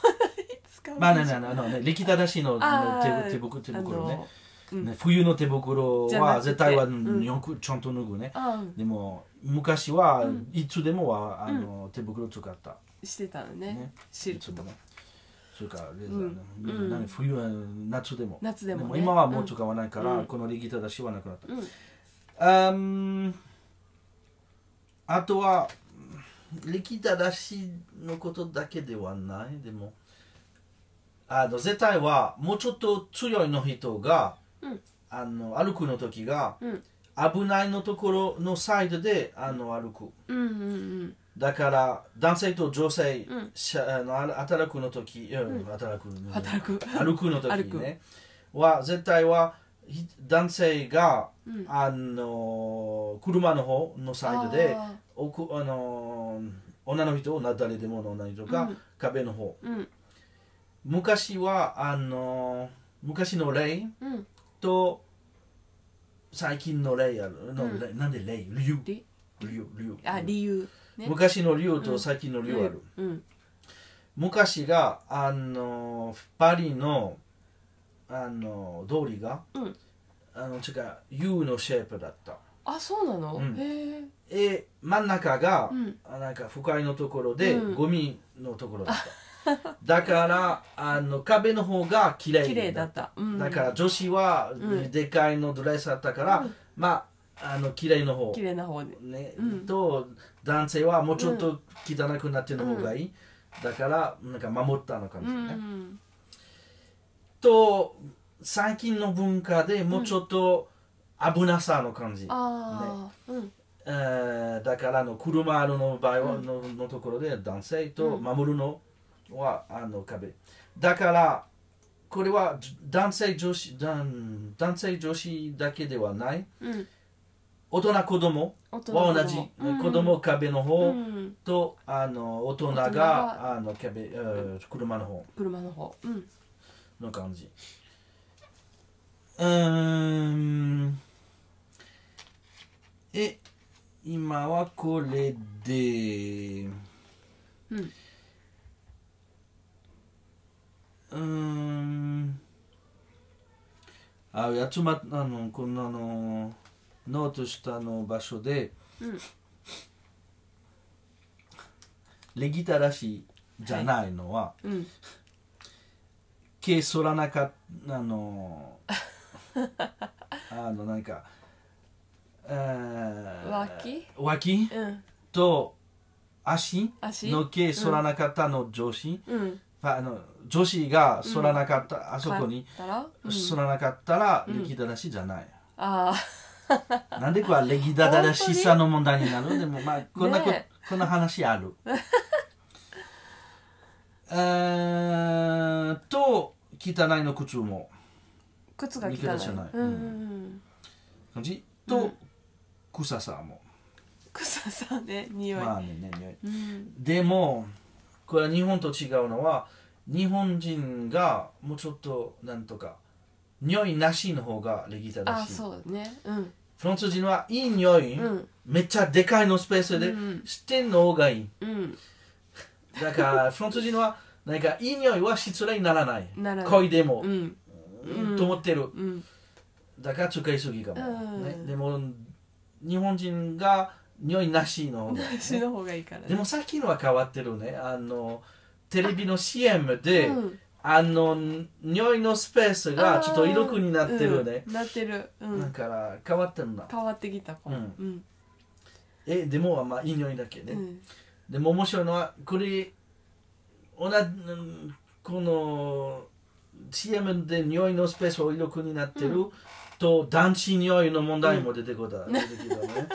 Speaker 2: 使わ
Speaker 1: まあ
Speaker 2: な
Speaker 1: ね
Speaker 2: い
Speaker 1: ねねあのね歴代らしいの
Speaker 2: あ
Speaker 1: の
Speaker 2: ー
Speaker 1: 手手袋手袋ね
Speaker 2: あのうん
Speaker 1: ね冬の手袋
Speaker 2: じゃなく
Speaker 1: は
Speaker 2: て
Speaker 1: 絶対は
Speaker 2: うん
Speaker 1: よくちゃんと脱ぐね、
Speaker 2: あうん
Speaker 1: でも昔は、
Speaker 2: うん
Speaker 1: いつでもはあの、手袋使った
Speaker 2: してたのね
Speaker 1: ね
Speaker 2: シル
Speaker 1: いつも
Speaker 2: クと
Speaker 1: ね
Speaker 2: か
Speaker 1: それからレザーね、
Speaker 2: うん
Speaker 1: うん
Speaker 2: うん
Speaker 1: 冬は夏でも
Speaker 2: 夏でもね
Speaker 1: 今はもう使わないから、
Speaker 2: うん
Speaker 1: このリギター出しはなくなっ
Speaker 2: うん
Speaker 1: た、うん、あとはリギター出しのことだけではないでもあの絶対はもうちょっと強いの人が、
Speaker 2: うん
Speaker 1: あの歩くの時が
Speaker 2: うん
Speaker 1: 危ないのところのサイドであの歩く、
Speaker 2: うんうん
Speaker 1: だから男性と女性、
Speaker 2: うん
Speaker 1: しゃあのあ働くの時、うん
Speaker 2: うん
Speaker 1: 働くの
Speaker 2: うん働く
Speaker 1: 歩くの
Speaker 2: 歩
Speaker 1: 時
Speaker 2: く
Speaker 1: ねは絶対はひ男性が、
Speaker 2: うん
Speaker 1: あの車の方のサイドで
Speaker 2: あ
Speaker 1: おくあの女の人な誰でもの女の人が、
Speaker 2: うん
Speaker 1: 壁の方
Speaker 2: ーうん
Speaker 1: 昔はあの昔の例
Speaker 2: うん
Speaker 1: と最近の例あるの、
Speaker 2: うん
Speaker 1: 例なんで例理由
Speaker 2: 理
Speaker 1: 理由理由
Speaker 2: あ理由ね
Speaker 1: 昔の理由
Speaker 2: う
Speaker 1: と
Speaker 2: ん
Speaker 1: 最近の理由ある、
Speaker 2: うん
Speaker 1: 昔があのパリのあの通りが、
Speaker 2: うん
Speaker 1: あの違う U のシェイプだった
Speaker 2: あそうなの
Speaker 1: うん
Speaker 2: へえ
Speaker 1: え真ん中が、
Speaker 2: うん
Speaker 1: あなんか深いのところで、
Speaker 2: うん
Speaker 1: ゴミのところだっただからあの壁の方が綺麗
Speaker 2: 綺麗だ
Speaker 1: だ
Speaker 2: っ
Speaker 1: った
Speaker 2: たうん
Speaker 1: だから女子は、
Speaker 2: うん
Speaker 1: でかいのドレスあったから、
Speaker 2: うん
Speaker 1: まああの綺麗の方
Speaker 2: 綺麗な方で
Speaker 1: ね、
Speaker 2: うん
Speaker 1: と男性はもうちょっと汚くなっての方がいい、だからなんか守ったのかもし
Speaker 2: う
Speaker 1: れない、
Speaker 2: ん
Speaker 1: と最近の文化でもうちょっと危なさの感じ、
Speaker 2: ああ、
Speaker 1: えーだからあの車の場合は、
Speaker 2: うん
Speaker 1: ののところで男性と
Speaker 2: うん
Speaker 1: 守るのは、あの壁だからこれはじ男性女子男男性女子だけではない
Speaker 2: うんうん
Speaker 1: 大人子供
Speaker 2: 大人
Speaker 1: は同じ子供壁の方、
Speaker 2: うん
Speaker 1: とあの大人が
Speaker 2: 大人が
Speaker 1: あのキャベ、えー車の方
Speaker 2: 車の方うん
Speaker 1: の感じうーんえ今はこれで
Speaker 2: うん
Speaker 1: うーんあやつまあのこんなのノートしたの場所で、
Speaker 2: うん
Speaker 1: レギタらしいじゃないのは、
Speaker 2: うん
Speaker 1: 毛剃らなかっあ のあのなんか脇
Speaker 2: 脇
Speaker 1: 脇
Speaker 2: うん
Speaker 1: と足
Speaker 2: 足
Speaker 1: の毛剃らなかったの女子、
Speaker 2: うん
Speaker 1: あの女子が剃らなかった、あそこに
Speaker 2: 買ったら、うん、
Speaker 1: 剃らなかったら
Speaker 2: うん
Speaker 1: 歴ギらしいじゃない、
Speaker 2: あ
Speaker 1: なんでこれはレギダらしさの問題になるでもまあこんなこ,、
Speaker 2: ね
Speaker 1: こんな話あ るえーと汚いの靴も
Speaker 2: あ 靴が汚い
Speaker 1: 見下しない
Speaker 2: うんうん
Speaker 1: 感じ
Speaker 2: う
Speaker 1: と
Speaker 2: ん
Speaker 1: 臭さも、
Speaker 2: 草さんね匂い、
Speaker 1: まあねね匂い
Speaker 2: うん
Speaker 1: でもこれは日本と違うのは日本人がもうちょっとなんとか匂いなしの方がレギュラ
Speaker 2: あ
Speaker 1: ーしい
Speaker 2: そうねうん
Speaker 1: フランス人はいい匂い、
Speaker 2: うん
Speaker 1: めっちゃでかいのスペースで、
Speaker 2: うん
Speaker 1: してんの方がいい
Speaker 2: うん
Speaker 1: だから フランス人はなんかいい匂いは失礼にならない
Speaker 2: ならない
Speaker 1: 恋でも
Speaker 2: う、ん
Speaker 1: うんと思ってる
Speaker 2: うん
Speaker 1: だから使いすぎかも、
Speaker 2: うん
Speaker 1: ね、でも日本人が匂いなしの方がいいね
Speaker 2: 足の方がいいからね
Speaker 1: でも最近は変わってるね。あの、テレビの CM で、
Speaker 2: うん
Speaker 1: あの、匂いのスペースがちょっと色くになってるね。
Speaker 2: うんなってるう
Speaker 1: だ
Speaker 2: ん
Speaker 1: から変わってるな。
Speaker 2: 変わってきたかも
Speaker 1: うんえ、でも、まあ、いい匂いだけね。
Speaker 2: うん
Speaker 1: でも面白いのは、これ、同じ、うんこの、CM で匂いのスペースを色くになってる、と、男子匂いの問題も出てこた。出てきたねだ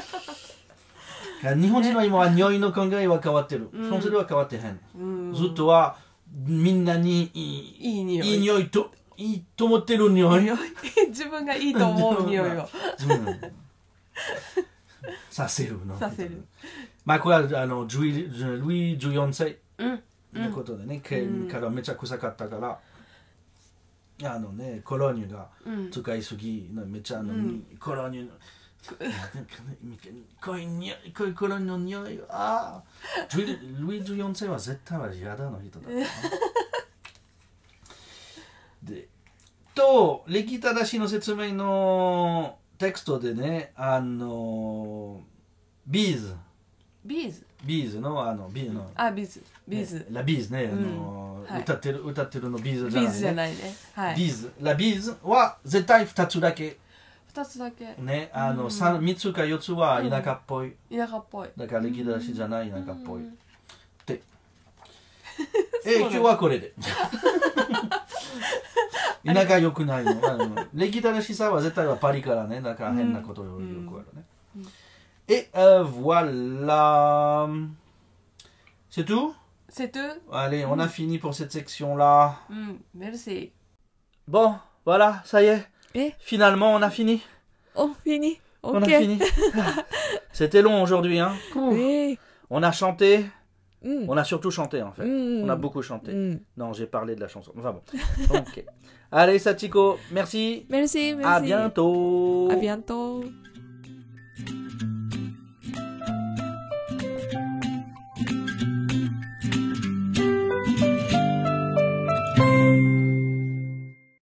Speaker 1: から日本人は今は匂いの考えは変わってる。
Speaker 2: うん
Speaker 1: フランスでは変わってへん。
Speaker 2: うん
Speaker 1: ずっとはみんなにいい
Speaker 2: いい匂い
Speaker 1: いい匂いといいと思ってる匂い。
Speaker 2: 匂い 自分がいいと思う匂い
Speaker 1: う
Speaker 2: を
Speaker 1: んさせるの。
Speaker 2: させる。
Speaker 1: まあこれはあのジュイジュルイ14歳
Speaker 2: うん
Speaker 1: のことでね、け
Speaker 2: うん
Speaker 1: からめちゃ臭かったから、あのね、コロニュが
Speaker 2: うん
Speaker 1: 使いすぎ、めっちゃあの、
Speaker 2: うん
Speaker 1: コロニュの。なんかねこういう匂いこういうコロニュの匂いああジュイルイ14世は絶対は嫌だの人だったなでと歴正しの説明のテクストでねあのビーズ
Speaker 2: ビーズ
Speaker 1: ビーズのあのビーズの
Speaker 2: あビーズビー
Speaker 1: ね
Speaker 2: ズ
Speaker 1: ラビーズね、
Speaker 2: うん
Speaker 1: あの
Speaker 2: はい
Speaker 1: 歌ってる歌ってるのビーズ
Speaker 2: ビ
Speaker 1: じゃない,、
Speaker 2: ー
Speaker 1: ね
Speaker 2: ズじゃないねはい
Speaker 1: ビーズラビーズは絶対2つだけ
Speaker 2: 二つだけ
Speaker 1: ねあ
Speaker 2: う
Speaker 1: の
Speaker 2: ん
Speaker 1: 三三つか4つは田舎っぽい、
Speaker 2: 田舎っぽい
Speaker 1: だから歴出しじゃない田舎っぽい、
Speaker 2: うん
Speaker 1: え
Speaker 2: そう
Speaker 1: 今
Speaker 2: なんだ
Speaker 1: 日は これで田舎良くないのあの歴出しさは絶対はパリからねだから変なことよ
Speaker 2: うん
Speaker 1: くあるね、et euh, voilà c'est tout
Speaker 2: セトゥ
Speaker 1: allez on
Speaker 2: Mm.
Speaker 1: a fini pour cette section là
Speaker 2: うんメルシー
Speaker 1: bon voilà ça y est
Speaker 4: え
Speaker 1: finalement on a fini
Speaker 4: お、フィニ。オ
Speaker 1: on
Speaker 4: ッ
Speaker 1: a
Speaker 4: ケー。
Speaker 1: fini c'était long aujourd'hui hein
Speaker 4: ええ
Speaker 1: on a chanté
Speaker 4: うん。
Speaker 1: on a surtout chanté en fait
Speaker 4: うん。
Speaker 1: on a beaucoup chanté
Speaker 4: うん。
Speaker 1: Non, j'ai parlé de la chanson. Enfin bon. Ok. Allez, Satiko, merci.
Speaker 4: Merci, merci.
Speaker 1: À bientôt.
Speaker 4: À bientôt.